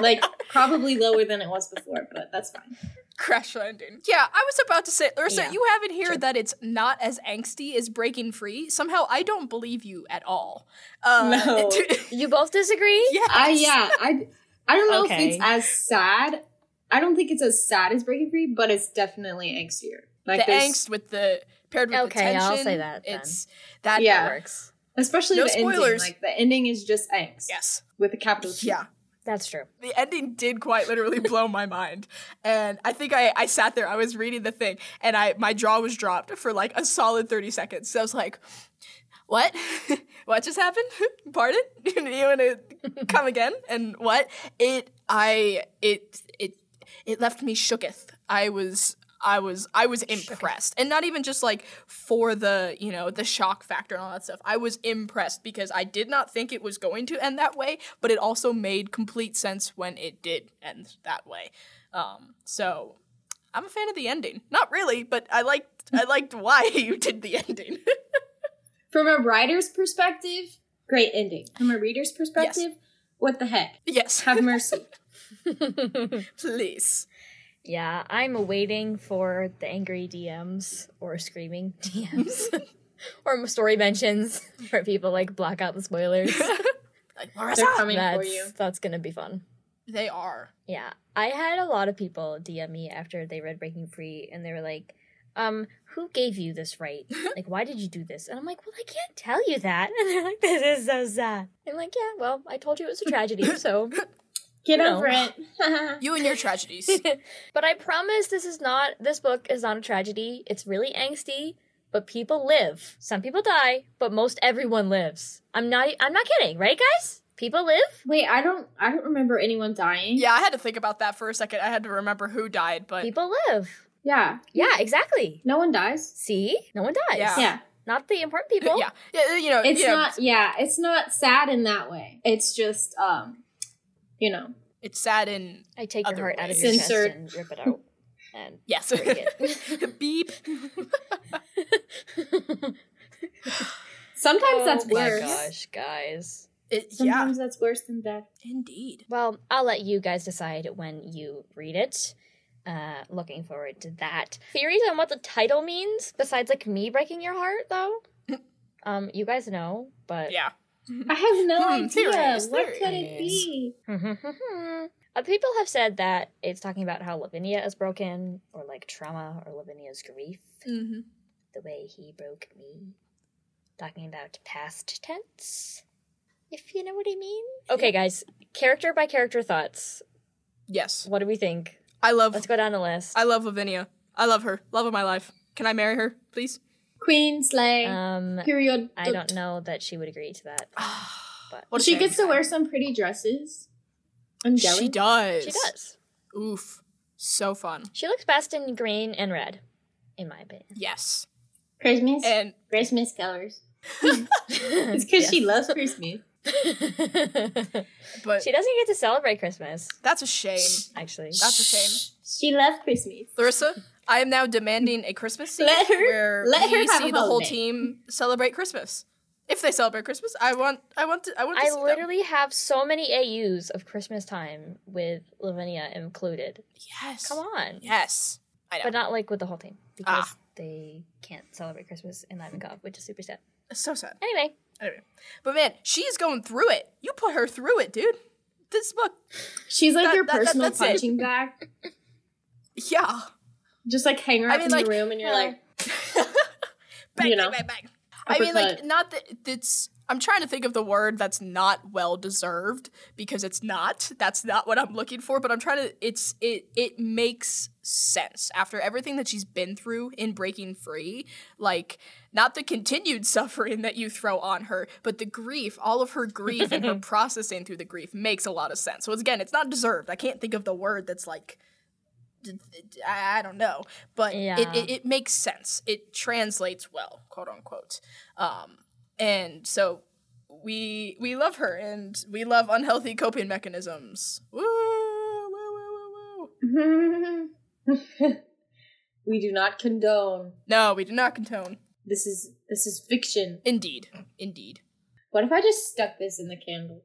Speaker 1: like probably lower than it was before, but that's fine.
Speaker 2: Crash landing. Yeah, I was about to say, Larissa,
Speaker 3: Yeah,
Speaker 2: you have in here
Speaker 3: sure.
Speaker 2: that it's not as angsty as Breaking Free. Somehow, I don't believe you at all. Uh,
Speaker 1: No.
Speaker 3: you both disagree
Speaker 2: yes.
Speaker 1: I yeah, I I don't know
Speaker 3: Okay.
Speaker 1: if it's as sad. I don't think it's as sad as Breaking Free, but it's definitely angstier. Like
Speaker 2: the
Speaker 1: there's-
Speaker 2: angst with the paired with the
Speaker 3: Okay,
Speaker 2: tension.
Speaker 3: I'll say that then.
Speaker 2: It's that.
Speaker 1: Yeah.
Speaker 3: that works
Speaker 1: especially
Speaker 2: No
Speaker 1: the ending.
Speaker 2: spoilers.
Speaker 1: Like the ending is just angst
Speaker 2: Yes.
Speaker 1: with a capital T.
Speaker 2: Yeah.
Speaker 3: that's true
Speaker 2: the ending did quite literally blow my mind and i think I, I sat there i was reading the thing and i my jaw was dropped for like a solid 30 seconds so i was like what what just happened pardon you want to come again and what it i it it it left me shooketh i was I was I was impressed, and not even just like for the you know the shock factor and all that stuff. I was impressed because I did not think it was going to end that way, but it also made complete sense when it did end that way. Um, so I'm a fan of the ending. Not really, but I liked I liked why you did the ending.
Speaker 1: From a writer's perspective, great ending. From a reader's perspective, what the heck?
Speaker 2: yes,
Speaker 1: Have mercy.
Speaker 2: please.
Speaker 3: Yeah, I'm waiting for the angry DMs or screaming DMs or story mentions where people like block out the spoilers.
Speaker 2: Like
Speaker 1: They're
Speaker 2: Marissa.
Speaker 1: coming for
Speaker 3: that's
Speaker 1: you.
Speaker 3: that's gonna be fun.
Speaker 2: They are.
Speaker 3: Yeah. I had a lot of people DM me after they read Breaking Free and they were like, um, who gave you this right? Like, why did you do this? And I'm like, well, I can't tell you that. And they're like, this is so sad. I'm like, yeah, well, I told you it was a tragedy, so.
Speaker 1: Get
Speaker 3: No.
Speaker 1: over it.
Speaker 2: You and your tragedies.
Speaker 3: but I promise this is not, this book is not a tragedy. It's really angsty, but people live. Some people die, but most everyone lives. I'm not, I'm not kidding, right, guys? People live?
Speaker 1: Wait, I don't. I don't remember anyone dying.
Speaker 2: yeah, I had to think about that for a second. I had to remember who died, but
Speaker 3: People live.
Speaker 1: Yeah.
Speaker 3: Yeah, exactly.
Speaker 1: No one dies.
Speaker 3: See? No one dies.
Speaker 2: Yeah.
Speaker 1: Yeah.
Speaker 3: Not the important people.
Speaker 2: yeah, yeah, you know,
Speaker 1: It's
Speaker 2: you know,
Speaker 1: not. Yeah. It's not sad in that way. It's just um, you know.
Speaker 2: it's sad and
Speaker 3: I take
Speaker 2: Other
Speaker 3: your heart out of
Speaker 2: ways.
Speaker 3: your
Speaker 1: Censored.
Speaker 3: chest and rip it out. And
Speaker 2: yes,
Speaker 3: break it.
Speaker 2: beep.
Speaker 1: Sometimes that's
Speaker 3: Oh my
Speaker 1: worse.
Speaker 3: gosh, guys.
Speaker 2: It- Oh yeah,
Speaker 1: Sometimes that's worse than death.
Speaker 2: indeed.
Speaker 3: Well, I'll let you guys decide when you read it. Uh, looking forward to that. Theories on what the title means, besides like me breaking your heart, though. um, you guys know, but
Speaker 2: Yeah,
Speaker 1: I have no
Speaker 2: Hmm,
Speaker 1: idea.
Speaker 2: theories,
Speaker 1: what could it
Speaker 2: theories.
Speaker 1: be?
Speaker 3: Other people have said that it's talking about how Lavinia is broken, or like trauma, or Lavinia's grief,
Speaker 1: Mm-hmm.
Speaker 2: hmm
Speaker 3: the way he broke me. Talking about past tense, if you know what I mean. Okay, guys, character by character thoughts.
Speaker 2: yes,
Speaker 3: What do we think?
Speaker 2: I love,
Speaker 3: Let's go down the list.
Speaker 2: I love Lavinia. I love her, love of my life. Can I marry her, please?
Speaker 1: Queen slay.
Speaker 2: Uh,
Speaker 3: Um,
Speaker 1: period.
Speaker 3: I don't know that she would agree to that. But
Speaker 2: What a
Speaker 1: she
Speaker 2: shame.
Speaker 1: gets to wear some pretty dresses. I'm jealous.
Speaker 2: She does.
Speaker 3: she does.
Speaker 2: Oof, so fun.
Speaker 3: She looks best in green and red, in my opinion.
Speaker 2: Yes,
Speaker 1: Christmas.
Speaker 2: and
Speaker 1: Christmas colors. It's
Speaker 3: it's
Speaker 1: because she loves Christmas.
Speaker 2: but
Speaker 3: she doesn't get to celebrate Christmas,
Speaker 2: that's a shame.
Speaker 3: actually.
Speaker 2: That's a shame.
Speaker 1: She loves Christmas.
Speaker 2: Larissa, I am now demanding a Christmas scene
Speaker 1: Let her-
Speaker 2: where
Speaker 1: let her
Speaker 2: we
Speaker 1: have
Speaker 2: see
Speaker 1: a
Speaker 2: the whole
Speaker 1: holiday.
Speaker 2: team celebrate Christmas. If they celebrate Christmas, I want I want to I want to
Speaker 3: I
Speaker 2: see them.
Speaker 3: literally have so many AUs of Christmas time with Lavinia included.
Speaker 2: Yes.
Speaker 3: Come on.
Speaker 2: Yes. I know.
Speaker 3: But not like with the whole team because
Speaker 2: Ah.
Speaker 3: they can't celebrate Christmas in Ivankov, which is super sad.
Speaker 2: It's so sad.
Speaker 3: Anyway,
Speaker 2: Anyway. But man, she's going through it. You put her through it, dude. This book.
Speaker 1: She's like
Speaker 2: That-
Speaker 1: your
Speaker 2: that- that-
Speaker 1: personal
Speaker 2: that's it.
Speaker 1: punching bag.
Speaker 2: Yeah.
Speaker 1: Just like hang her
Speaker 2: I
Speaker 1: up
Speaker 2: mean,
Speaker 1: in
Speaker 2: like,
Speaker 1: the room and you're
Speaker 3: hello.
Speaker 1: like,
Speaker 2: Bang,
Speaker 1: You know.
Speaker 2: bang, bang, bang. I mean, like,
Speaker 1: Uppercut.
Speaker 2: not that it's. I'm trying to think of the word that's not well deserved because it's not. That's not what I'm looking for. But I'm trying to. It's it. It makes sense after everything that she's been through in breaking free. Like, not the continued suffering that you throw on her, but the grief, all of her grief and her processing through the grief makes a lot of sense. So again, it's not deserved. I can't think of the word that's like d- d- I I don't know, but
Speaker 3: Yeah.
Speaker 2: it, it, it makes sense. It translates well, quote unquote. Um, and so we we love her, and we love unhealthy coping mechanisms. Woo, woo, woo, woo, woo.
Speaker 1: we do not condone.
Speaker 2: No, we do not contone.
Speaker 1: This is this is fiction.
Speaker 2: Indeed, indeed.
Speaker 1: What if I just stuck this in the candle?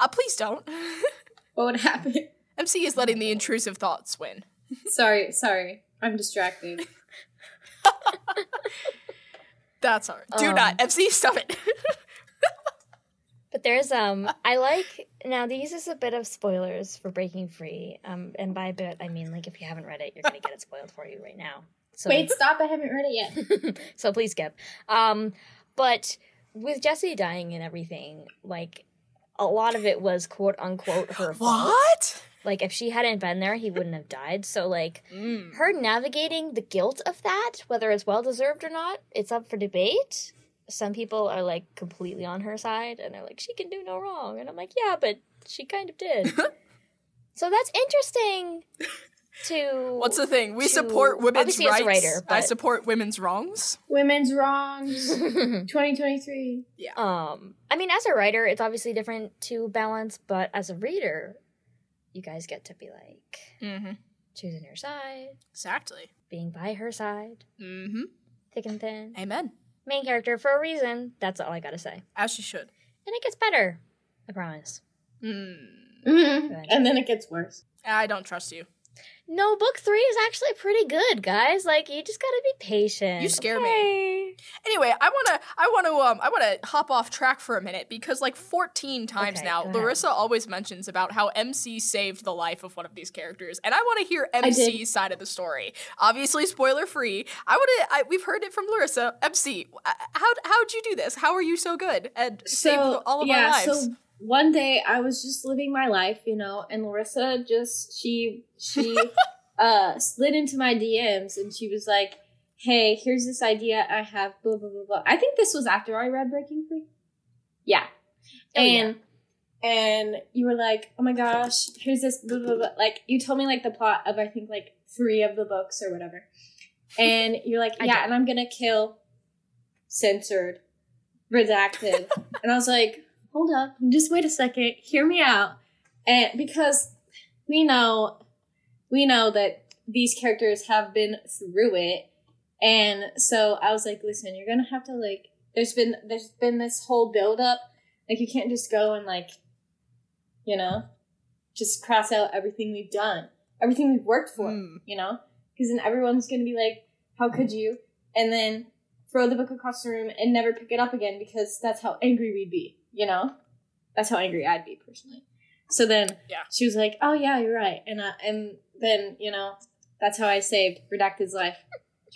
Speaker 2: Uh, please don't.
Speaker 1: What would happen?
Speaker 2: MC is letting the intrusive thoughts win.
Speaker 1: sorry, sorry. I'm distracted.
Speaker 2: That's all right. Do
Speaker 3: Um.
Speaker 2: not. MC, stop it.
Speaker 3: But there's um I like now these is a bit of spoilers for Breaking Free. Um and by a bit I mean like if you haven't read it, you're gonna get it spoiled for you right now. So
Speaker 1: Wait, stop! I haven't read it yet.
Speaker 3: so please skip. Um but with Jesse dying and everything, like a lot of it was quote unquote her fault.
Speaker 2: what?
Speaker 3: Like if she hadn't been there, he wouldn't have died. So like
Speaker 2: Mm.
Speaker 3: her navigating the guilt of that, whether it's well deserved or not, it's up for debate. Some people are like completely on her side and they're like, she can do no wrong. And I'm like, yeah, but she kind of did. so that's interesting to.
Speaker 2: What's the thing? We
Speaker 3: To-
Speaker 2: support women's
Speaker 3: obviously, as
Speaker 2: rights.
Speaker 3: a writer,
Speaker 2: I
Speaker 3: but-
Speaker 2: support women's wrongs.
Speaker 1: Women's wrongs. 2023.
Speaker 3: um, I mean, as a writer, it's obviously different to balance, but as a reader, you guys get to be like
Speaker 2: Mm-hmm.
Speaker 3: choosing your side,
Speaker 2: Exactly.
Speaker 3: being by her side,
Speaker 2: Mm-hmm.
Speaker 3: thick and thin.
Speaker 2: Amen.
Speaker 3: Main character for a reason. That's all I gotta say.
Speaker 2: As she should.
Speaker 3: And it gets better. I promise.
Speaker 2: Mm.
Speaker 1: and then it gets worse.
Speaker 2: I don't trust you.
Speaker 3: No, book three is actually pretty good, guys. Like you just gotta be patient.
Speaker 2: You scare me.
Speaker 3: okay?
Speaker 2: Anyway, I wanna I wanna um I wanna hop off track for a minute because like 14 times
Speaker 3: Okay,
Speaker 2: now,
Speaker 3: go ahead.
Speaker 2: Larissa always mentions about how MC saved the life of one of these characters, and I wanna hear
Speaker 1: did.
Speaker 2: MC's side of the story. Obviously, spoiler free. I wanna I, we've heard it from Larissa. MC, uh, how how'd you do this? How are you so good and saved all of our lives?
Speaker 1: So one day I was just living my life, you know, and Larissa just she she uh slid into my DMs and she was like, Hey, here's this idea I have, blah blah blah blah. I think this was after I read Breaking Free. Yeah.
Speaker 3: Oh, yeah.
Speaker 1: and and you were like, Oh my gosh, here's this blah blah blah like you told me like the plot of I think like three of the books or whatever. And you're like,
Speaker 3: I
Speaker 1: Yeah,
Speaker 3: did.
Speaker 1: and I'm gonna kill censored, redacted. and I was like, hold up, just wait a second, hear me out. And because we know we know that these characters have been through it. And so I was like, listen, you're gonna have to like there's been there's been this whole build up. Like you can't just go and like, you know, just cross out everything we've done. Everything we've worked for
Speaker 2: Hmm.
Speaker 1: you know? Because then everyone's going to be like, how could you? And then throw the book across the room and never pick it up again because that's how angry we'd be, you know? That's how angry I'd be personally. So then
Speaker 2: Yeah.
Speaker 1: she was like, oh, yeah, you're right. And, I, and then, you know, that's how I saved Redacted's life.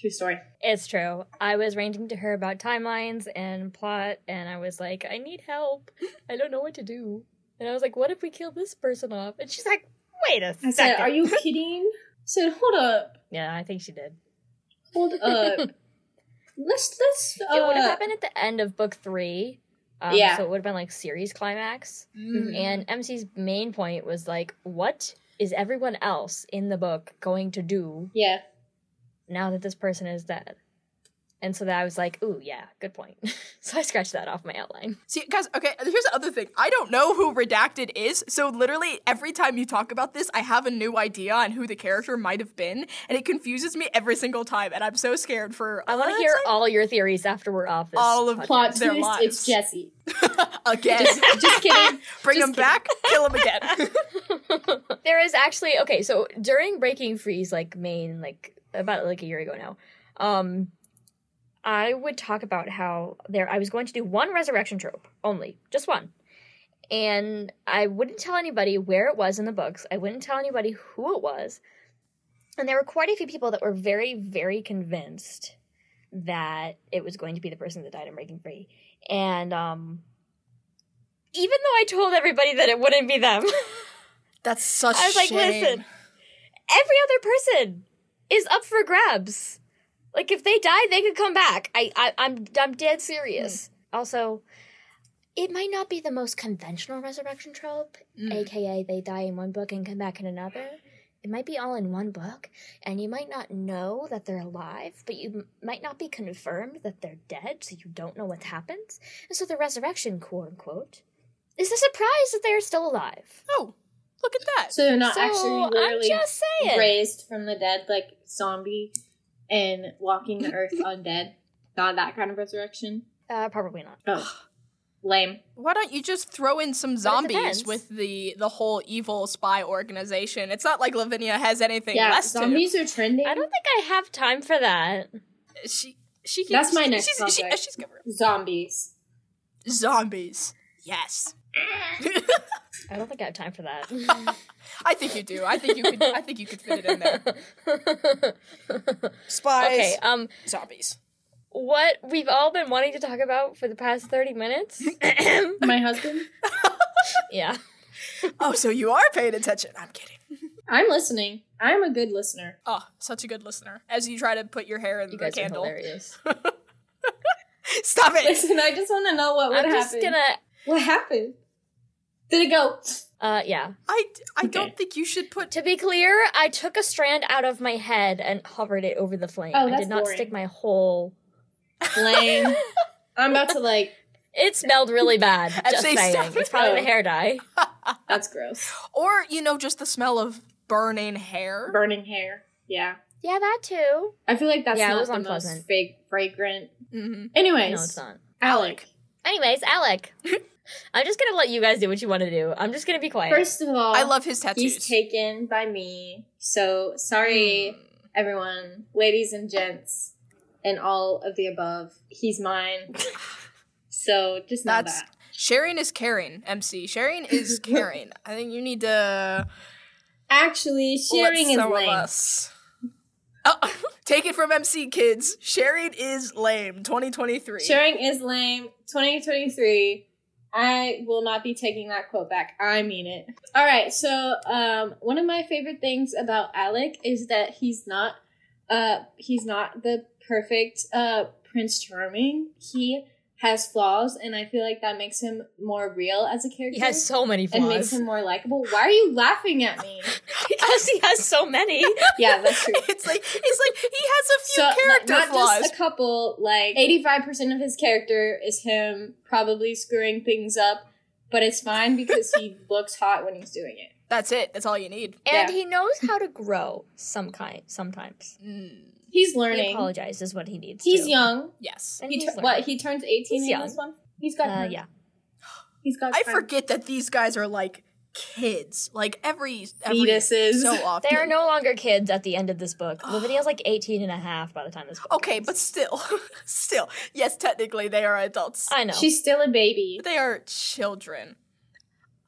Speaker 1: True story.
Speaker 3: It's true. I was ranting to her about timelines and plot, and I was like, I need help. I don't know what to do. And I was like, what if we kill this person off? And she's like, wait a
Speaker 1: I
Speaker 3: second.
Speaker 1: said, are you kidding? I said, hold up,
Speaker 3: Yeah, I think she did.
Speaker 1: hold up. let's, let's, uh,
Speaker 3: it would have happened at the end of book three. Um,
Speaker 1: Yeah.
Speaker 3: So it would have been like series climax.
Speaker 1: Mm-hmm.
Speaker 2: Mm.
Speaker 3: And MC's main point was like, what is everyone else in the book going to do
Speaker 1: yeah.
Speaker 3: now that this person is dead? And so that I was like, ooh, yeah, good point. so I scratched that off my outline.
Speaker 2: See, guys, okay, here's the other thing. I don't know who Redacted is, so literally every time you talk about this, I have a new idea on who the character might have been, and it confuses me every single time, and I'm so scared for.
Speaker 3: I want to
Speaker 2: let's
Speaker 3: hear
Speaker 2: say,
Speaker 3: all your theories after we're off this.
Speaker 2: All of-
Speaker 3: podcast.
Speaker 1: Plot
Speaker 2: Their
Speaker 1: twist,
Speaker 2: lives.
Speaker 1: it's Jesse.
Speaker 2: again.
Speaker 1: Just, just kidding.
Speaker 2: Bring
Speaker 1: just
Speaker 2: him back, kill him again.
Speaker 3: there is actually okay. So during Breaking Free's like main like about like a year ago now, um, I would talk about how there I was going to do one resurrection trope only, just one, and I wouldn't tell anybody where it was in the books. I wouldn't tell anybody who it was, and there were quite a few people that were very very convinced that it was going to be the person that died in Breaking Free, and um. Even though I told everybody that it wouldn't be them,
Speaker 2: That's such
Speaker 3: I was like,
Speaker 2: shame.
Speaker 3: listen, every other person is up for grabs. Like if they die, they could come back. I, I I'm I'm dead serious.
Speaker 2: Hmm.
Speaker 3: Also, it might not be the most conventional resurrection trope,
Speaker 2: Mm.
Speaker 3: aka they die in one book and come back in another. It might be all in one book, and you might not know that they're alive, but you m- might not be confirmed that they're dead, so you don't know what happens. And so the resurrection, quote unquote, is a surprise that they are still alive.
Speaker 2: Oh, look at that.
Speaker 1: So they're not
Speaker 3: So,
Speaker 1: actually literally
Speaker 3: I'm just saying.
Speaker 1: raised from the dead like zombie and walking the earth undead. Not that kind of resurrection.
Speaker 3: Uh, probably not.
Speaker 1: Oh, lame.
Speaker 2: Why don't you just throw in some
Speaker 3: depends.
Speaker 2: zombies with the the whole evil spy organization? It's not like Lavinia has anything
Speaker 1: yeah,
Speaker 2: less to.
Speaker 1: zombies are trending.
Speaker 3: I don't think I have time for that.
Speaker 2: She she keeps,
Speaker 1: That's my next
Speaker 2: she's, she,
Speaker 1: subject.
Speaker 2: she's covered.
Speaker 1: zombies.
Speaker 2: Zombies. Yes.
Speaker 3: I don't think I have time for that.
Speaker 2: I think you do. I think you could. I think you could fit it in there. Spies,
Speaker 3: okay, um,
Speaker 2: zombies.
Speaker 3: what we've all been wanting to talk about for the past 30 minutes?
Speaker 1: My husband.
Speaker 3: yeah.
Speaker 2: Oh, so you are paying attention. I'm kidding.
Speaker 1: I'm listening. I'm a good listener.
Speaker 2: Oh, such a good listener. As you try to put your hair in
Speaker 3: You
Speaker 2: the
Speaker 3: guys
Speaker 2: candle.
Speaker 3: are hilarious.
Speaker 2: Stop it.
Speaker 1: Listen, I just want to know what would
Speaker 3: I'm
Speaker 1: happen.
Speaker 3: just gonna,
Speaker 1: What happened? Did it go?
Speaker 3: uh, yeah.
Speaker 2: I, I
Speaker 1: Okay.
Speaker 2: don't think you should put.
Speaker 3: To be clear, I took a strand out of my head and hovered it over the flame.
Speaker 1: Oh,
Speaker 3: I
Speaker 1: that's
Speaker 3: did not
Speaker 1: boring.
Speaker 3: stick my whole.
Speaker 1: Lame. I'm about to like.
Speaker 3: It smelled really bad. just
Speaker 2: Actually,
Speaker 3: saying.
Speaker 2: stop
Speaker 3: It's probably
Speaker 1: it.
Speaker 3: the hair dye.
Speaker 1: That's gross.
Speaker 2: Or you know, just the smell of burning hair.
Speaker 1: Burning hair. Yeah.
Speaker 3: Yeah, that too.
Speaker 1: I feel like that's
Speaker 3: Yeah, it
Speaker 1: not
Speaker 3: was
Speaker 1: the
Speaker 3: unpleasant.
Speaker 1: most fake fragrant.
Speaker 2: hmm
Speaker 1: Anyways,
Speaker 3: No, it's not.
Speaker 1: Alec.
Speaker 3: Anyways, Alec, I'm just gonna let you guys do what you want to do. I'm just gonna be quiet.
Speaker 1: First of all,
Speaker 2: I love his tattoos. Mm.
Speaker 1: he's taken by me. So sorry,
Speaker 2: Hmm.
Speaker 1: everyone, ladies and gents, and all of the above. He's mine. so just know
Speaker 2: That's-
Speaker 1: that.
Speaker 2: Sharing is caring, MC. Sharing is caring. I think you need to
Speaker 1: Actually, sharing
Speaker 2: let
Speaker 1: is
Speaker 2: some of
Speaker 1: lame.
Speaker 2: us. Oh, take it from MC kids. Sharing is lame. 2023.
Speaker 1: Sharing is lame. 2023. I will not be taking that quote back. I mean it. All right. So, um, one of my favorite things about Alec is that he's not, uh, he's not the perfect uh, Prince Charming. He has flaws, and I feel like that makes him more real as a character.
Speaker 3: He has so many
Speaker 1: and makes
Speaker 3: flaws.
Speaker 1: him more likable. Why are you laughing at me?
Speaker 3: because he has so many.
Speaker 1: yeah, that's true.
Speaker 2: It's like it's like he has a few
Speaker 1: like,
Speaker 2: character
Speaker 1: not
Speaker 2: flaws.
Speaker 1: just a couple. Like eighty-five percent of his character is him probably screwing things up, but it's fine because he looks hot when he's doing it.
Speaker 2: That's it. That's all you need.
Speaker 1: Yeah.
Speaker 3: And he knows how to grow some kind sometimes.
Speaker 2: Mm,
Speaker 1: He's
Speaker 3: He
Speaker 1: learning.
Speaker 3: apologizes what he needs
Speaker 1: He's
Speaker 3: to.
Speaker 1: young.
Speaker 2: yes.
Speaker 3: And
Speaker 1: He
Speaker 3: he's
Speaker 1: tur- what?
Speaker 3: learning.
Speaker 1: He turns eighteen
Speaker 3: He's
Speaker 1: in this one. He's got.
Speaker 3: Uh,
Speaker 1: time.
Speaker 3: yeah.
Speaker 1: He's got.
Speaker 2: I
Speaker 1: time.
Speaker 2: forget that these guys are like kids. Like every every
Speaker 1: fetuses.
Speaker 2: so often.
Speaker 3: They are no longer kids at the end of this book. Lavidia's like 18 and a half by the time this book
Speaker 2: Okay, but still, still, yes, technically they are adults.
Speaker 3: I know.
Speaker 1: She's still a baby.
Speaker 2: But they are children.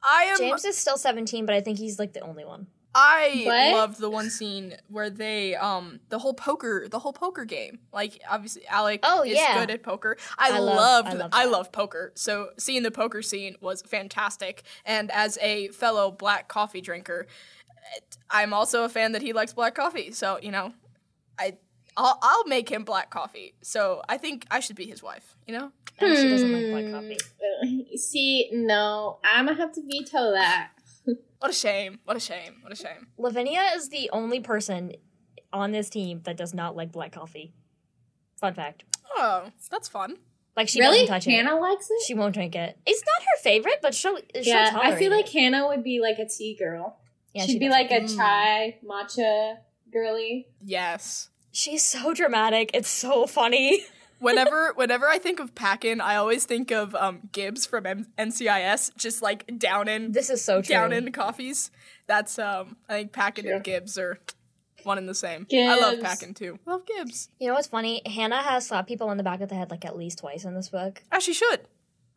Speaker 2: I am.
Speaker 3: James is still 17, but I think he's like the only one.
Speaker 2: I
Speaker 1: What?
Speaker 2: love the one scene where they um the whole poker the whole poker game. Like obviously Alec
Speaker 3: Oh,
Speaker 2: is
Speaker 3: yeah.
Speaker 2: good at poker. I,
Speaker 3: I
Speaker 2: love
Speaker 3: love- I love
Speaker 2: I
Speaker 3: that.
Speaker 2: love poker. So seeing the poker scene was fantastic. And as a fellow black coffee drinker, it- I'm also a fan that he likes black coffee. So, you know, I I'll, I'll make him black coffee. So I think I should be his wife, you know?
Speaker 3: And she doesn't like
Speaker 1: Hmm.
Speaker 3: black coffee.
Speaker 1: Uh, See, no, I'm gonna have to veto that.
Speaker 2: What a shame. What a shame. What a shame.
Speaker 3: Lavinia is the only person on this team that does not like black coffee. Fun fact.
Speaker 2: Oh, that's fun.
Speaker 3: Like she
Speaker 1: really,
Speaker 3: doesn't touch
Speaker 1: Hannah likes
Speaker 3: it.
Speaker 1: it.
Speaker 3: She won't drink it. It's not her favorite, but she'll, she'll
Speaker 1: yeah,
Speaker 3: tolerate
Speaker 1: I feel like
Speaker 3: it.
Speaker 1: Hannah would be like a tea girl.
Speaker 3: Yeah,
Speaker 1: She'd
Speaker 3: she
Speaker 1: be
Speaker 3: doesn't.
Speaker 1: like a
Speaker 2: Mm.
Speaker 1: chai matcha girly.
Speaker 2: Yes.
Speaker 3: She's so dramatic. It's so funny.
Speaker 2: Whenever, whenever I think of Packin, I always think of um, Gibbs from M- NCIS, just like down in,
Speaker 3: This is so true.
Speaker 2: down in coffees. That's um, I think Packin and Gibbs are one and the same. I love
Speaker 1: Gibbs.
Speaker 2: Packin too. I love Gibbs.
Speaker 3: You know what's funny? Hannah has slapped people on the back of the head like at least twice in this book.
Speaker 2: As she should.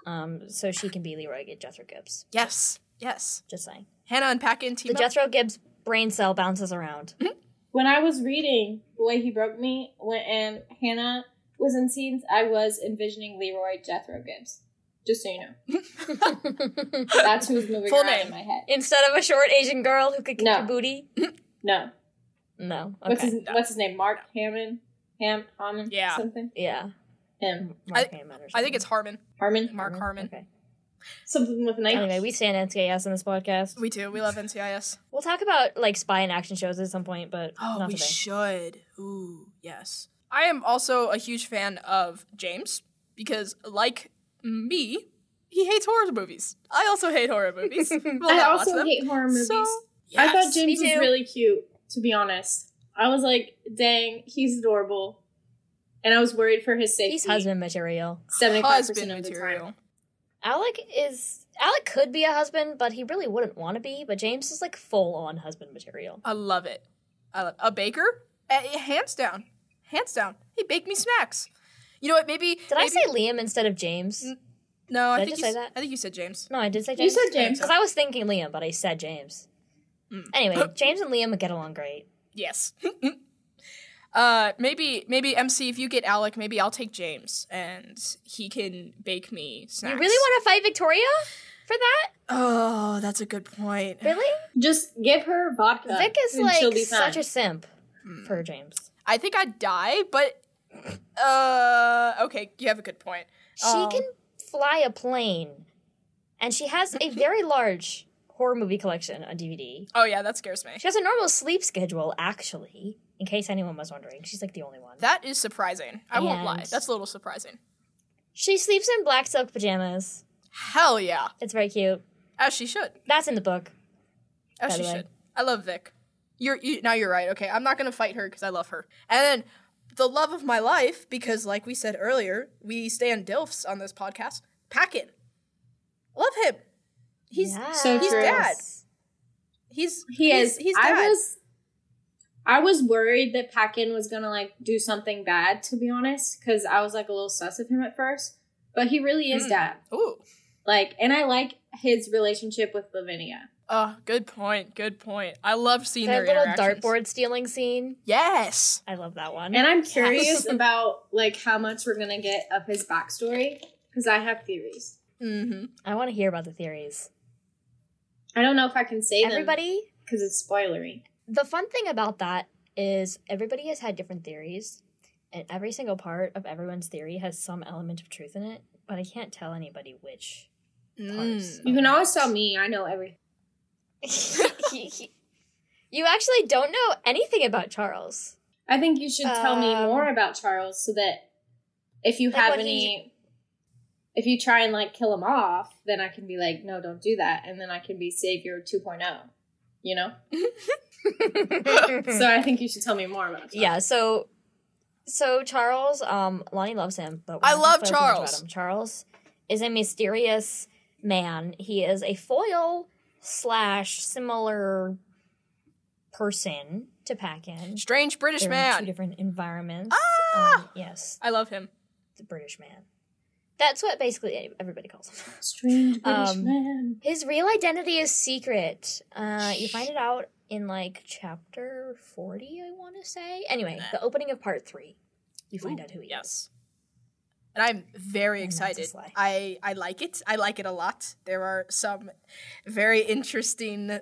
Speaker 3: Um, so she can be Leroy Jethro Gibbs.
Speaker 2: Yes, yes.
Speaker 3: Just saying.
Speaker 2: Hannah and Packin team
Speaker 3: The
Speaker 2: up.
Speaker 3: Jethro Gibbs brain cell bounces around.
Speaker 1: When I was reading The Way He Broke Me, when and Hannah was in scenes, I was envisioning Leroy Jethro Gibbs. Just so you know. That's who's moving
Speaker 2: Full
Speaker 1: around
Speaker 2: name.
Speaker 1: in my head.
Speaker 3: Instead of a short Asian girl who could kick
Speaker 1: No.
Speaker 3: your booty.
Speaker 1: No.
Speaker 3: No. Okay.
Speaker 1: What's his what's his name? Mark Hammond? Ham Hammond?
Speaker 2: Yeah.
Speaker 1: Something?
Speaker 3: yeah.
Speaker 1: Him.
Speaker 3: Mark Hamill or
Speaker 2: I think
Speaker 3: something.
Speaker 2: it's Harmon.
Speaker 1: Harmon?
Speaker 2: Mark Harmon.
Speaker 3: Okay.
Speaker 1: Something with an H.
Speaker 3: Anyway, we stand NCIS in this podcast.
Speaker 2: We do. We love NCIS.
Speaker 3: We'll talk about like spy and action shows at some point, but
Speaker 2: Oh,
Speaker 3: not
Speaker 2: we
Speaker 3: today.
Speaker 2: should. Ooh, yes. I am also a huge fan of James because, like me, he hates horror movies. I also hate horror movies. Well,
Speaker 1: I
Speaker 2: not lots of
Speaker 1: also
Speaker 2: them.
Speaker 1: hate horror movies. I
Speaker 2: yes.
Speaker 1: thought James
Speaker 3: me
Speaker 1: was
Speaker 3: too.
Speaker 1: really cute, to be honest. I was like, dang, he's adorable. And I was worried for his safety.
Speaker 3: He's husband material.
Speaker 1: 75%
Speaker 2: husband
Speaker 1: of the time.
Speaker 2: material.
Speaker 3: Alec is Alec could be a husband, but he really wouldn't want to be. But James is like full on husband material.
Speaker 2: I love it. I love a baker, Eh, hands down, hands down. He baked me snacks. You know what? Maybe
Speaker 3: Did I
Speaker 2: maybe-
Speaker 3: say Liam instead of James?
Speaker 2: no? I
Speaker 3: did I
Speaker 2: think
Speaker 3: just
Speaker 2: you,
Speaker 3: say
Speaker 2: s-
Speaker 3: that?
Speaker 2: I think you said James.
Speaker 3: No, I did say
Speaker 1: You
Speaker 3: James.
Speaker 1: said James.
Speaker 3: because I was thinking Liam, but I said James.
Speaker 2: Mm.
Speaker 3: Anyway, James and Liam would get along great.
Speaker 2: Yes. uh, maybe maybe MC. If you get Alec, maybe I'll take James, and he can bake me snacks.
Speaker 3: You really want to fight Victoria for that?
Speaker 2: Oh, that's a good point.
Speaker 3: Really?
Speaker 1: Just give her vodka.
Speaker 3: Vic is
Speaker 1: and she'll
Speaker 3: like
Speaker 1: be
Speaker 3: such a
Speaker 1: fine.
Speaker 3: simp for James.
Speaker 2: I think I'd die, but uh, okay, you have a good point.
Speaker 3: She
Speaker 1: Oh.
Speaker 3: can fly a plane, and she has a very large horror movie collection on DVD.
Speaker 2: Oh yeah, that scares me.
Speaker 3: She has a normal sleep schedule, actually. In case anyone was wondering, she's like the only one.
Speaker 2: That is surprising. I won't lie.
Speaker 3: And-
Speaker 2: That's a little surprising.
Speaker 3: She sleeps in black silk pajamas.
Speaker 2: Hell yeah,
Speaker 3: It's very cute.
Speaker 2: as she should.
Speaker 3: That's in the book.
Speaker 2: As
Speaker 3: By
Speaker 2: Oh, she
Speaker 3: the way.
Speaker 2: should. I love Vic. You're you, now you're right. Okay, I'm not gonna fight her because I love her. And then the love of my life, because like we said earlier, we stand dilfs on this podcast. Packin. Love him. He's
Speaker 1: So
Speaker 2: he's
Speaker 1: true.
Speaker 2: dad. He's
Speaker 1: He
Speaker 2: he's,
Speaker 1: is.
Speaker 2: He's
Speaker 1: I
Speaker 2: dad.
Speaker 1: was. I was worried that Packin was gonna like do something bad, to be honest, because I was like a little sus of him at first. But he really is
Speaker 3: Hmm.
Speaker 2: Mm.
Speaker 1: dad.
Speaker 2: Ooh.
Speaker 1: Like, and I like his relationship with Lavinia.
Speaker 2: Oh, good point. Good point. I love seeing
Speaker 3: That
Speaker 2: their
Speaker 3: little
Speaker 2: interactions.
Speaker 3: dartboard stealing scene.
Speaker 2: Yes.
Speaker 3: I love that one.
Speaker 1: And I'm curious about like how much we're gonna get of his backstory because I have theories.
Speaker 2: Mm-hmm.
Speaker 3: I want to hear about the theories.
Speaker 1: I don't know if I can say them
Speaker 3: Everybody,
Speaker 1: because it's spoilery.
Speaker 3: the fun thing about that is everybody has had different theories, and every single part of everyone's theory has some element of truth in it, but I can't tell anybody which. Parts.
Speaker 1: You can always tell me. I know everything.
Speaker 3: you actually don't know anything about Charles.
Speaker 1: I think you should tell me
Speaker 3: Um,
Speaker 1: more about Charles so that if you
Speaker 3: Like
Speaker 1: have
Speaker 3: what
Speaker 1: any,
Speaker 3: he-
Speaker 1: if you try and like kill him off, then I can be like, no, don't do that. And then I can be Savior 2.0, you know? so I think you should tell me more about Charles.
Speaker 3: Hmm. yeah, so so Charles, um, Lonnie loves him, but we're
Speaker 2: I
Speaker 3: not gonna
Speaker 2: love
Speaker 3: spoil too much
Speaker 2: Charles.
Speaker 3: about him. Charles is a mysterious man. He is a foil slash similar person to Packin.
Speaker 2: Strange British
Speaker 3: They're in two
Speaker 2: man.
Speaker 3: different environments.
Speaker 2: Ah!
Speaker 3: Um, yes,
Speaker 2: I love him.
Speaker 3: the British man. That's what basically everybody calls him.
Speaker 1: Strange British
Speaker 3: Um,
Speaker 1: man.
Speaker 3: His real identity is secret. Uh, you find it out in like chapter 40, I want to say. Anyway, the opening of part three. You find
Speaker 2: Ooh,
Speaker 3: out who he is.
Speaker 2: yes. And I'm very
Speaker 3: And that's
Speaker 2: excited.
Speaker 3: his lie.
Speaker 2: I, I like it. I like it a lot. There are some very interesting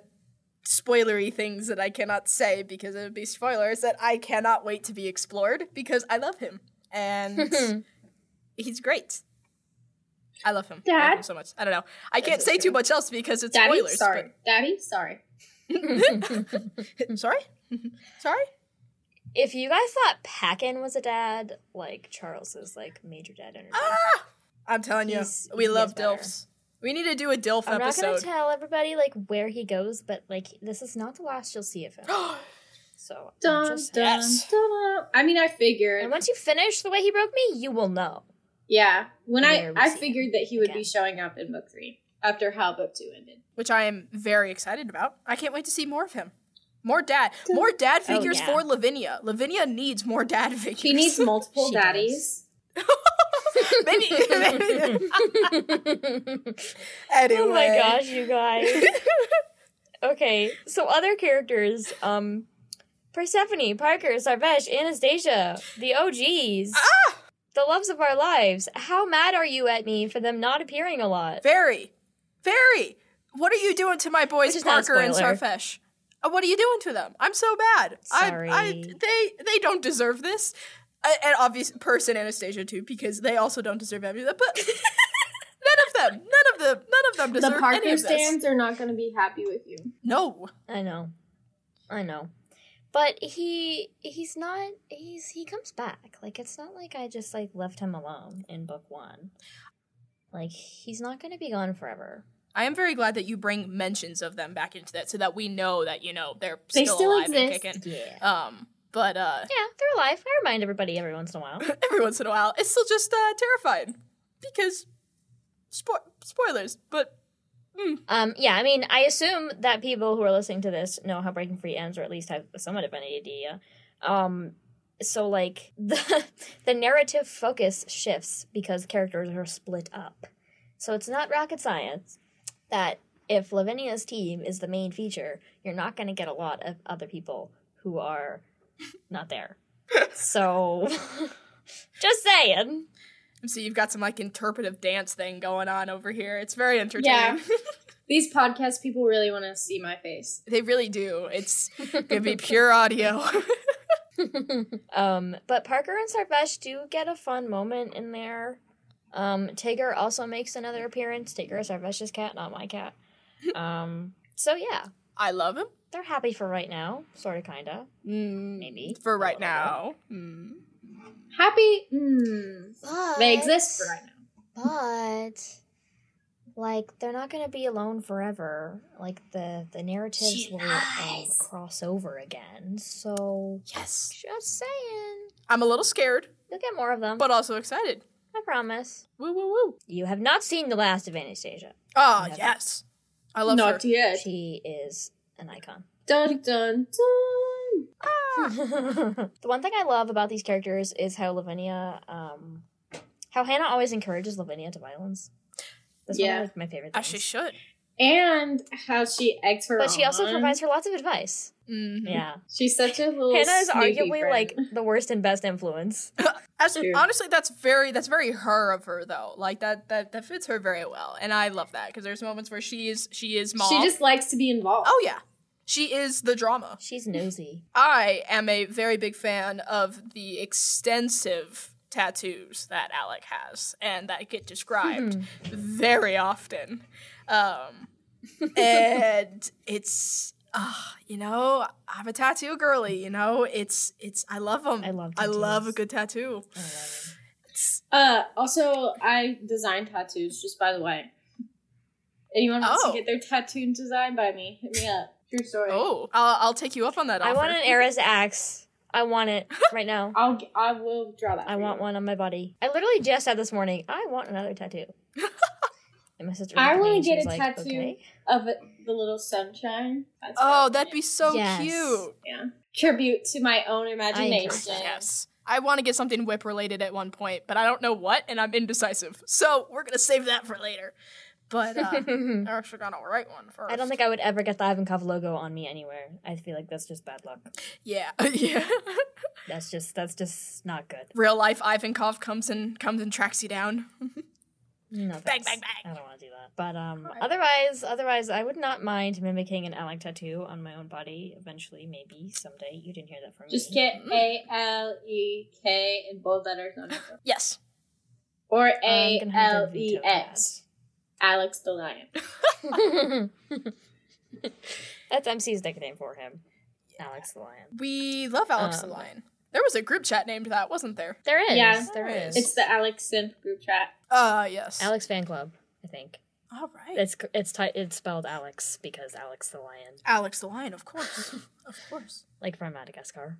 Speaker 2: spoilery things that I cannot say because it would be spoilers that I cannot wait to be explored because I love him. And he's great. I love him. I love
Speaker 1: Dad?
Speaker 2: him so much. I don't know. I can't
Speaker 3: That's
Speaker 2: say too
Speaker 3: true.
Speaker 2: much else because it's
Speaker 1: Daddy,
Speaker 2: spoilers.
Speaker 1: sorry. Daddy, sorry.
Speaker 2: but- sorry? sorry?
Speaker 3: if you guys thought Packin was a dad, like Charles is like major dad energy.
Speaker 2: Ah! I'm telling you,
Speaker 3: He's-
Speaker 2: we
Speaker 3: he
Speaker 2: love
Speaker 3: is better.
Speaker 2: DILFs. We need to do a DILF
Speaker 3: I'm not gonna
Speaker 2: episode.
Speaker 3: tell everybody like where he goes, but like this is not the last you'll see of him. So I'm
Speaker 1: Dun,
Speaker 3: just-
Speaker 1: dun,
Speaker 2: Yes.
Speaker 1: dun. I mean, I figured.
Speaker 3: and once you finish the way he broke me, you will know.
Speaker 1: yeah. When I,
Speaker 3: Where we
Speaker 1: I
Speaker 3: see
Speaker 1: figured
Speaker 3: him
Speaker 1: that he would be
Speaker 3: again.
Speaker 1: showing up in book three after how book two ended.
Speaker 2: which I am very excited about. I can't wait to see more of him. More dad. More dad
Speaker 3: Oh,
Speaker 2: figures
Speaker 3: yeah.
Speaker 2: for Lavinia. Lavinia needs more dad figures.
Speaker 1: She needs multiple
Speaker 3: She does.
Speaker 1: daddies.
Speaker 2: maybe, maybe. Anyway.
Speaker 3: Oh my gosh, you guys. okay, so other characters, um Persephone, Parker, Sarvesh, Anastasia, the OGs. The loves of our lives. How mad are you at me for them not appearing a lot?
Speaker 2: Very. Very. What are you doing to my boys
Speaker 3: Which is not a
Speaker 2: Parker and
Speaker 3: spoiler.
Speaker 2: Sarfesh? Uh, What are you doing to them? I'm so bad. I- I,
Speaker 3: Sorry.
Speaker 2: they they don't deserve this. I, and obvious person Anastasia too because they also don't deserve any of that. But none of them, none of them, none of them deserve
Speaker 1: The
Speaker 2: any
Speaker 1: Parker
Speaker 2: of this.
Speaker 1: stands are not going to be happy with you.
Speaker 2: No.
Speaker 3: I know. I know. But he he's not he's he comes back. Like it's not like I just like left him alone in book 1. Like he's not going to be gone forever.
Speaker 2: I am very glad that you bring mentions of them back into that so that we know that, you know, they're
Speaker 1: They
Speaker 2: still,
Speaker 1: still
Speaker 2: alive
Speaker 1: exist.
Speaker 2: and kicking.
Speaker 3: Yeah.
Speaker 2: Um, but uh
Speaker 3: Yeah, they're alive. I remind everybody every once in a while.
Speaker 2: every once in a while, it's still just uh terrifying because spo- spoilers, but
Speaker 3: Um, yeah, I mean, I assume that people who are listening to this know how Breaking Free ends, or at least have somewhat of an idea. Um, so like the the narrative focus shifts because characters are split up. So it's not rocket science that if Lavinia's team is the main feature, you're not going to get a lot of other people who are not there. so just saying.
Speaker 2: so you've got some like interpretive dance thing going on over here. It's very
Speaker 1: Yeah.
Speaker 2: entertaining.
Speaker 1: These podcast people really want to see my face.
Speaker 2: they really do. It's gonna be pure audio.
Speaker 3: um, but Parker and Sarvesh do get a fun moment in there. Um, Tigger also makes another appearance. Tigger is Sarvesh's cat, not my cat. Um, so yeah,
Speaker 2: I love him.
Speaker 3: they're happy for right now, sort of, kind of,
Speaker 2: Mm,
Speaker 3: maybe.
Speaker 2: For
Speaker 3: a
Speaker 2: right
Speaker 3: little
Speaker 2: now. Mm.
Speaker 1: Happy? Mm,
Speaker 3: bit. But,
Speaker 1: they exist for right now.
Speaker 3: But like, they're not going to be alone forever. Like the the narratives
Speaker 1: She
Speaker 3: will um,
Speaker 1: lies.
Speaker 3: cross over again. So
Speaker 2: Yes.
Speaker 3: just saying,
Speaker 2: I'm a little scared,
Speaker 3: you'll get more of them.
Speaker 2: but also excited.
Speaker 3: I promise.
Speaker 2: Woo woo woo.
Speaker 3: You have not seen the last of Anastasia.
Speaker 2: Ah,
Speaker 3: Never.
Speaker 2: yes. I love
Speaker 1: Not
Speaker 2: her.
Speaker 1: yet.
Speaker 3: She is an icon.
Speaker 1: Dun dun dun. Ah.
Speaker 3: the one thing I love about these characters is how Lavinia, um, how Hannah always encourages Lavinia to violence. That's
Speaker 1: Yeah.
Speaker 3: one of like, my favorite
Speaker 2: As
Speaker 3: things.
Speaker 2: she should.
Speaker 1: And how she eggs her.
Speaker 3: but she also
Speaker 1: on.
Speaker 3: provides her lots of advice.
Speaker 2: Mhm.
Speaker 3: Yeah.
Speaker 1: She's such a little.
Speaker 3: Hannah is
Speaker 1: snoopy
Speaker 3: arguably
Speaker 1: friend.
Speaker 3: like the worst and best influence.
Speaker 2: As
Speaker 1: True.
Speaker 2: honestly, that's very that's very her of her though. Like that that that fits her very well, and I love that because there's moments where she is she is mom.
Speaker 1: She just likes to be involved.
Speaker 2: oh yeah, she is the drama.
Speaker 3: She's nosy.
Speaker 2: I am a very big fan of the extensive tattoos that Alec has and that get described
Speaker 3: Mm-hmm.
Speaker 2: very often. Um, and it's, uh, you know, I'm a tattoo girly, you know, it's, it's, I love them.
Speaker 3: I love
Speaker 2: I love a
Speaker 3: tattoos.
Speaker 2: good tattoo.
Speaker 3: I love
Speaker 1: Uh, also, I design tattoos. Just by the way, anyone wants
Speaker 2: Oh.
Speaker 1: to get their tattoo designed by me? Hit me up. True story.
Speaker 2: Oh, I'll, I'll take you up on that
Speaker 3: it. I
Speaker 2: offer.
Speaker 3: want an heiress axe. I want it right now.
Speaker 1: I'll g- I will draw that.
Speaker 3: I
Speaker 1: for
Speaker 3: want
Speaker 1: you.
Speaker 3: one on my body. I literally just said this morning, I want another tattoo. And my sister
Speaker 1: I
Speaker 3: looked at me
Speaker 1: wanna
Speaker 3: and she
Speaker 1: get
Speaker 3: was
Speaker 1: a
Speaker 3: like,
Speaker 1: tattoo.
Speaker 3: "Okay."
Speaker 1: of it- the little sunshine. That's what I
Speaker 2: Oh,
Speaker 1: want.
Speaker 2: that'd be so
Speaker 3: Yes.
Speaker 2: cute.
Speaker 1: yeah. Tribute to my own imagination.
Speaker 2: Yes. I want to get something whip related at one point, but I don't know what, and I'm indecisive. So we're gonna save that for later. But uh, I actually got to write one first.
Speaker 3: I don't think I would ever get the Ivankov logo on me anywhere. I feel like that's just bad luck.
Speaker 2: Yeah, yeah.
Speaker 3: That's just that's just not good.
Speaker 2: Real life Ivankov comes and comes and tracks you down.
Speaker 3: No,
Speaker 2: Bang,
Speaker 3: thanks.
Speaker 2: bang, bang.
Speaker 3: I don't want to do that. But um,
Speaker 2: Alright.
Speaker 3: otherwise, otherwise, I would not mind mimicking an Alec tattoo on my own body eventually, maybe someday. You didn't hear that from
Speaker 1: Just
Speaker 3: me.
Speaker 1: get A L E K in bold letters on it.
Speaker 2: Yes.
Speaker 1: Or
Speaker 3: I'm
Speaker 1: A
Speaker 3: gonna have
Speaker 1: L
Speaker 3: to
Speaker 1: E
Speaker 3: veto
Speaker 1: X. Alex the Lion.
Speaker 3: that. that's MC's nickname for him, Alex the Lion.
Speaker 2: We love Alex
Speaker 3: Um,
Speaker 2: the Lion. There was a group chat named that, wasn't there?
Speaker 3: There is,
Speaker 1: Yeah.
Speaker 3: there is.
Speaker 1: It's the Alex Synth group chat.
Speaker 2: Uh yes.
Speaker 3: Alex fan club, I think.
Speaker 2: All right.
Speaker 3: It's it's ty- it's spelled Alex because Alex the Lion,
Speaker 2: Alex the Lion, of course. of course.
Speaker 3: like from Madagascar.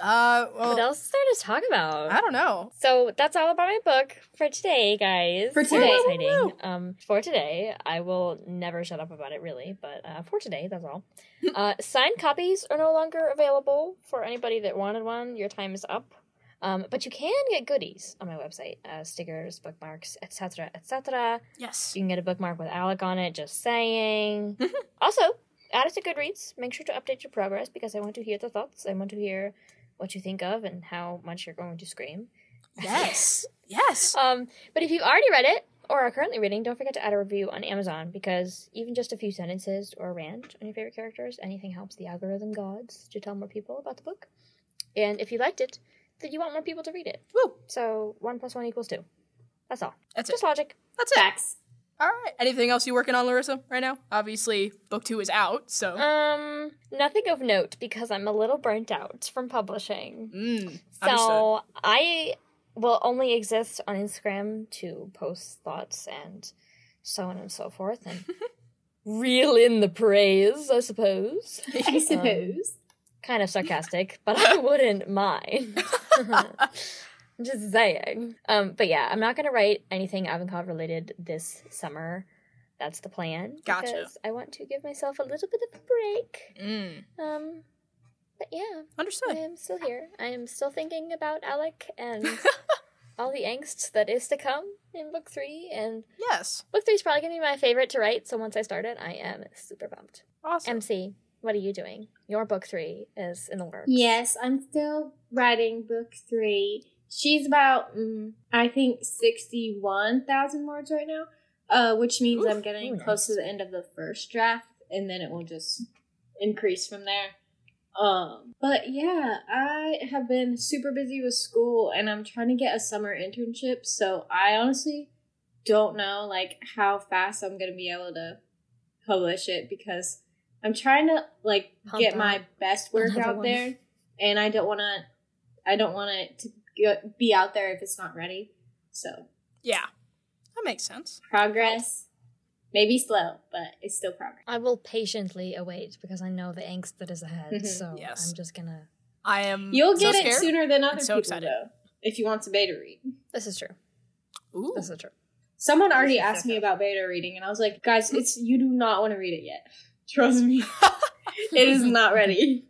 Speaker 2: Uh
Speaker 3: What
Speaker 2: well,
Speaker 3: else is there to talk about?
Speaker 2: I don't know.
Speaker 3: So that's all about my book for today, guys.
Speaker 1: For today.
Speaker 2: Woo,
Speaker 3: Very
Speaker 2: woo,
Speaker 3: exciting. Um, for today, I will never shut up about it, really. But uh, for today, that's all. uh, signed copies are no longer available for anybody that wanted one. Your time is up. Um, but you can get goodies on my website, uh, stickers, bookmarks, etc., etc.
Speaker 2: Yes.
Speaker 3: You can get a bookmark with Alec on it. Just saying. also, add us to Goodreads. Make sure to update your progress because I want to hear the thoughts. I want to hear what you think of and how much you're going to scream.
Speaker 2: Yes. Yes.
Speaker 3: Um, but if you've already read it or are currently reading, don't forget to add a review on Amazon because even just a few sentences or a rant on your favorite characters, anything helps the algorithm gods to tell more people about the book. And if you liked it, then you want more people to read it.
Speaker 2: Woo.
Speaker 3: So one plus one equals two. That's all.
Speaker 2: That's it.
Speaker 3: just logic.
Speaker 2: That's it.
Speaker 1: Facts.
Speaker 2: All right. Anything else you working on, Larissa, right now? Obviously, book two is out, so.
Speaker 3: Um, nothing of note because I'm a little burnt out from publishing.
Speaker 2: Mm, understood.
Speaker 3: So I will only exist on Instagram to post thoughts and so on and so forth and reel in the praise, I suppose.
Speaker 1: I suppose.
Speaker 3: Kind of sarcastic, but I wouldn't mind. I'm just saying. Um, but yeah, I'm not gonna write anything Avankov related this summer. That's the plan.
Speaker 2: Gotcha.
Speaker 3: Because I want to give myself a little bit of a break.
Speaker 2: Mm,
Speaker 3: Um, but yeah. I
Speaker 2: understood.
Speaker 3: am still here. I am still thinking about Alec and all the angst that is to come in book three. And
Speaker 2: Yes.
Speaker 3: book three is probably going to be my favorite to write. So once I start it, I am super pumped.
Speaker 2: Awesome.
Speaker 3: MC, what are you doing? Your book three is in the works.
Speaker 1: Yes, I'm still writing book three. She's about, mm, I think, 61,000 words right now, uh, which means
Speaker 2: Oof,
Speaker 1: I'm getting
Speaker 3: ooh,
Speaker 1: close to the end of the first draft, and then it will just increase from there. Um, but yeah, I have been super busy with school, and I'm trying to get a summer internship, so I honestly don't know, like, how fast I'm going to be able to publish it because I'm trying to, like,
Speaker 3: Pump
Speaker 1: get
Speaker 3: out.
Speaker 1: my best work
Speaker 3: Another
Speaker 1: out
Speaker 3: one.
Speaker 1: there and I don't want to. I don't want it to go- be out there if it's not ready. So
Speaker 2: Yeah. That makes sense.
Speaker 1: progress, maybe slow, but it's still progress.
Speaker 3: I will patiently await because I know the angst that is ahead.
Speaker 1: Mhm.
Speaker 3: so
Speaker 2: Yes.
Speaker 3: I'm just going to.
Speaker 2: I am.
Speaker 1: You'll
Speaker 2: so
Speaker 3: Mm,
Speaker 1: get it
Speaker 2: scared.
Speaker 1: sooner than other
Speaker 2: so
Speaker 1: people,
Speaker 2: excited.
Speaker 1: though, if you want to beta read.
Speaker 3: This is true.
Speaker 2: Ooh.
Speaker 3: That's not true.
Speaker 1: Someone already asked me about beta reading, and I was like, guys, it's you do not want to read it yet. Trust me, it is not ready.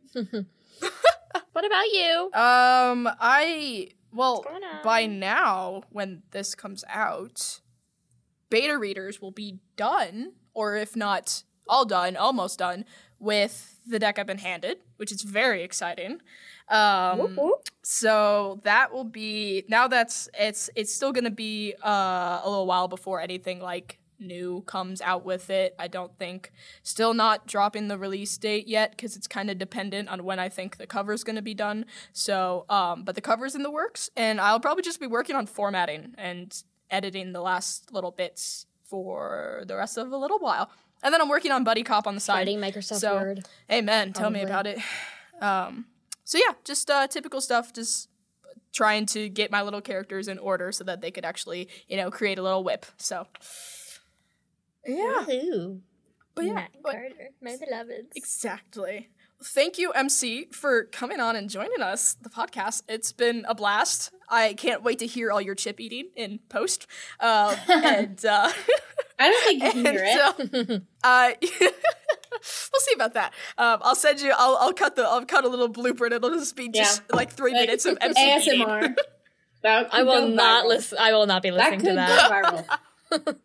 Speaker 3: What about you?
Speaker 2: Um, I well
Speaker 3: going on?
Speaker 2: by now when this comes out, beta readers will be done, or if not all done, almost done with the deck I've been handed, which is very exciting. Um,
Speaker 3: Whoop, whoop.
Speaker 2: so that will be now that's it's it's still gonna be uh, a little while before anything like new comes out with it i don't think still not dropping the release date yet because it's kind of dependent on when i think the cover's going to be done so um but the cover's in the works and i'll probably just be working on formatting and editing the last little bits for the rest of a little while and then i'm working on buddy cop on the side
Speaker 3: Fighting Microsoft
Speaker 2: So-
Speaker 3: Word.
Speaker 2: Amen. Tell me about
Speaker 3: Probably.
Speaker 2: it. Um, so yeah, just uh, typical stuff. Just trying to get my little characters in order so that they could actually, you know, create a little whip. So yeah,
Speaker 3: Ooh.
Speaker 2: but yeah,
Speaker 3: Matt
Speaker 2: but-
Speaker 3: Carter, my beloveds.
Speaker 2: exactly. Thank you, MC, for coming on and joining us the podcast. It's been a blast. I can't wait to hear all your chip eating in post. Uh, and uh,
Speaker 1: I don't think you can hear it.
Speaker 2: And so, uh, we'll see about that. Um, I'll send you. I'll, I'll cut the. I'll cut a little blooper, and it'll just be just like three
Speaker 1: Like,
Speaker 2: minutes of MC eating.
Speaker 1: ASMR. That
Speaker 3: I
Speaker 1: could
Speaker 3: will
Speaker 1: go
Speaker 3: not
Speaker 1: viral.
Speaker 3: listen. I will not be
Speaker 1: That
Speaker 3: listening
Speaker 1: could
Speaker 3: to that.
Speaker 1: go viral.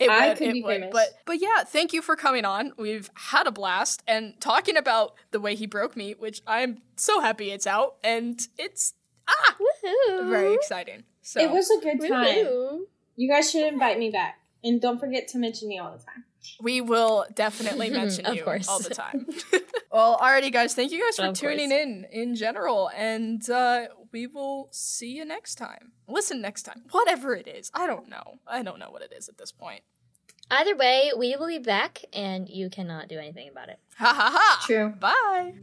Speaker 2: It
Speaker 1: I
Speaker 2: would,
Speaker 1: could
Speaker 2: it
Speaker 1: be
Speaker 2: would.
Speaker 1: famous.
Speaker 2: But but yeah, thank you for coming on. We've had a blast and talking about the way he broke me, which I'm so happy it's out, and it's ah
Speaker 3: Woohoo!
Speaker 2: very exciting. So
Speaker 1: It was a good time.
Speaker 3: Woohoo.
Speaker 1: You guys should invite me back, and don't forget to mention me all the time.
Speaker 2: We will definitely mention
Speaker 3: Of
Speaker 2: you
Speaker 3: course.
Speaker 2: all the time. well, alrighty, guys. Thank you guys for
Speaker 3: Of course.
Speaker 2: tuning in in general, and uh, we will see you next time. Listen next time, whatever it is. I don't know. I don't know what it is at this point.
Speaker 3: Either way, we will be back, and you cannot do anything about it.
Speaker 2: Ha ha ha.
Speaker 1: True.
Speaker 2: Bye.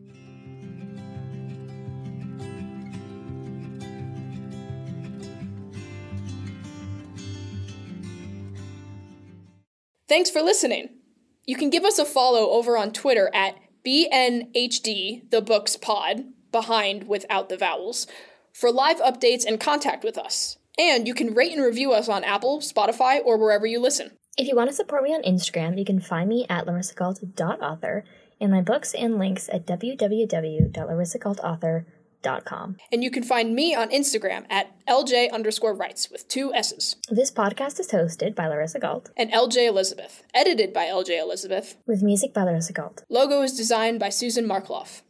Speaker 2: Thanks for listening. You can give us a follow over on Twitter at BNHD, the books pod, behind without the vowels, for live updates and contact with us. And you can rate and review us on Apple, Spotify, or wherever you listen.
Speaker 3: If you want to support me on Instagram, you can find me at larissagalt.author and my books and links at www.larissagaltauthor.com.
Speaker 2: And you can find me on Instagram at LJ underscore rights with two S's
Speaker 3: This podcast is hosted by Larissa Galt,
Speaker 2: and LJ Elizabeth. Edited by LJ Elizabeth.
Speaker 3: with music by Larissa Galt.
Speaker 2: Logo is designed by Susan Markloff.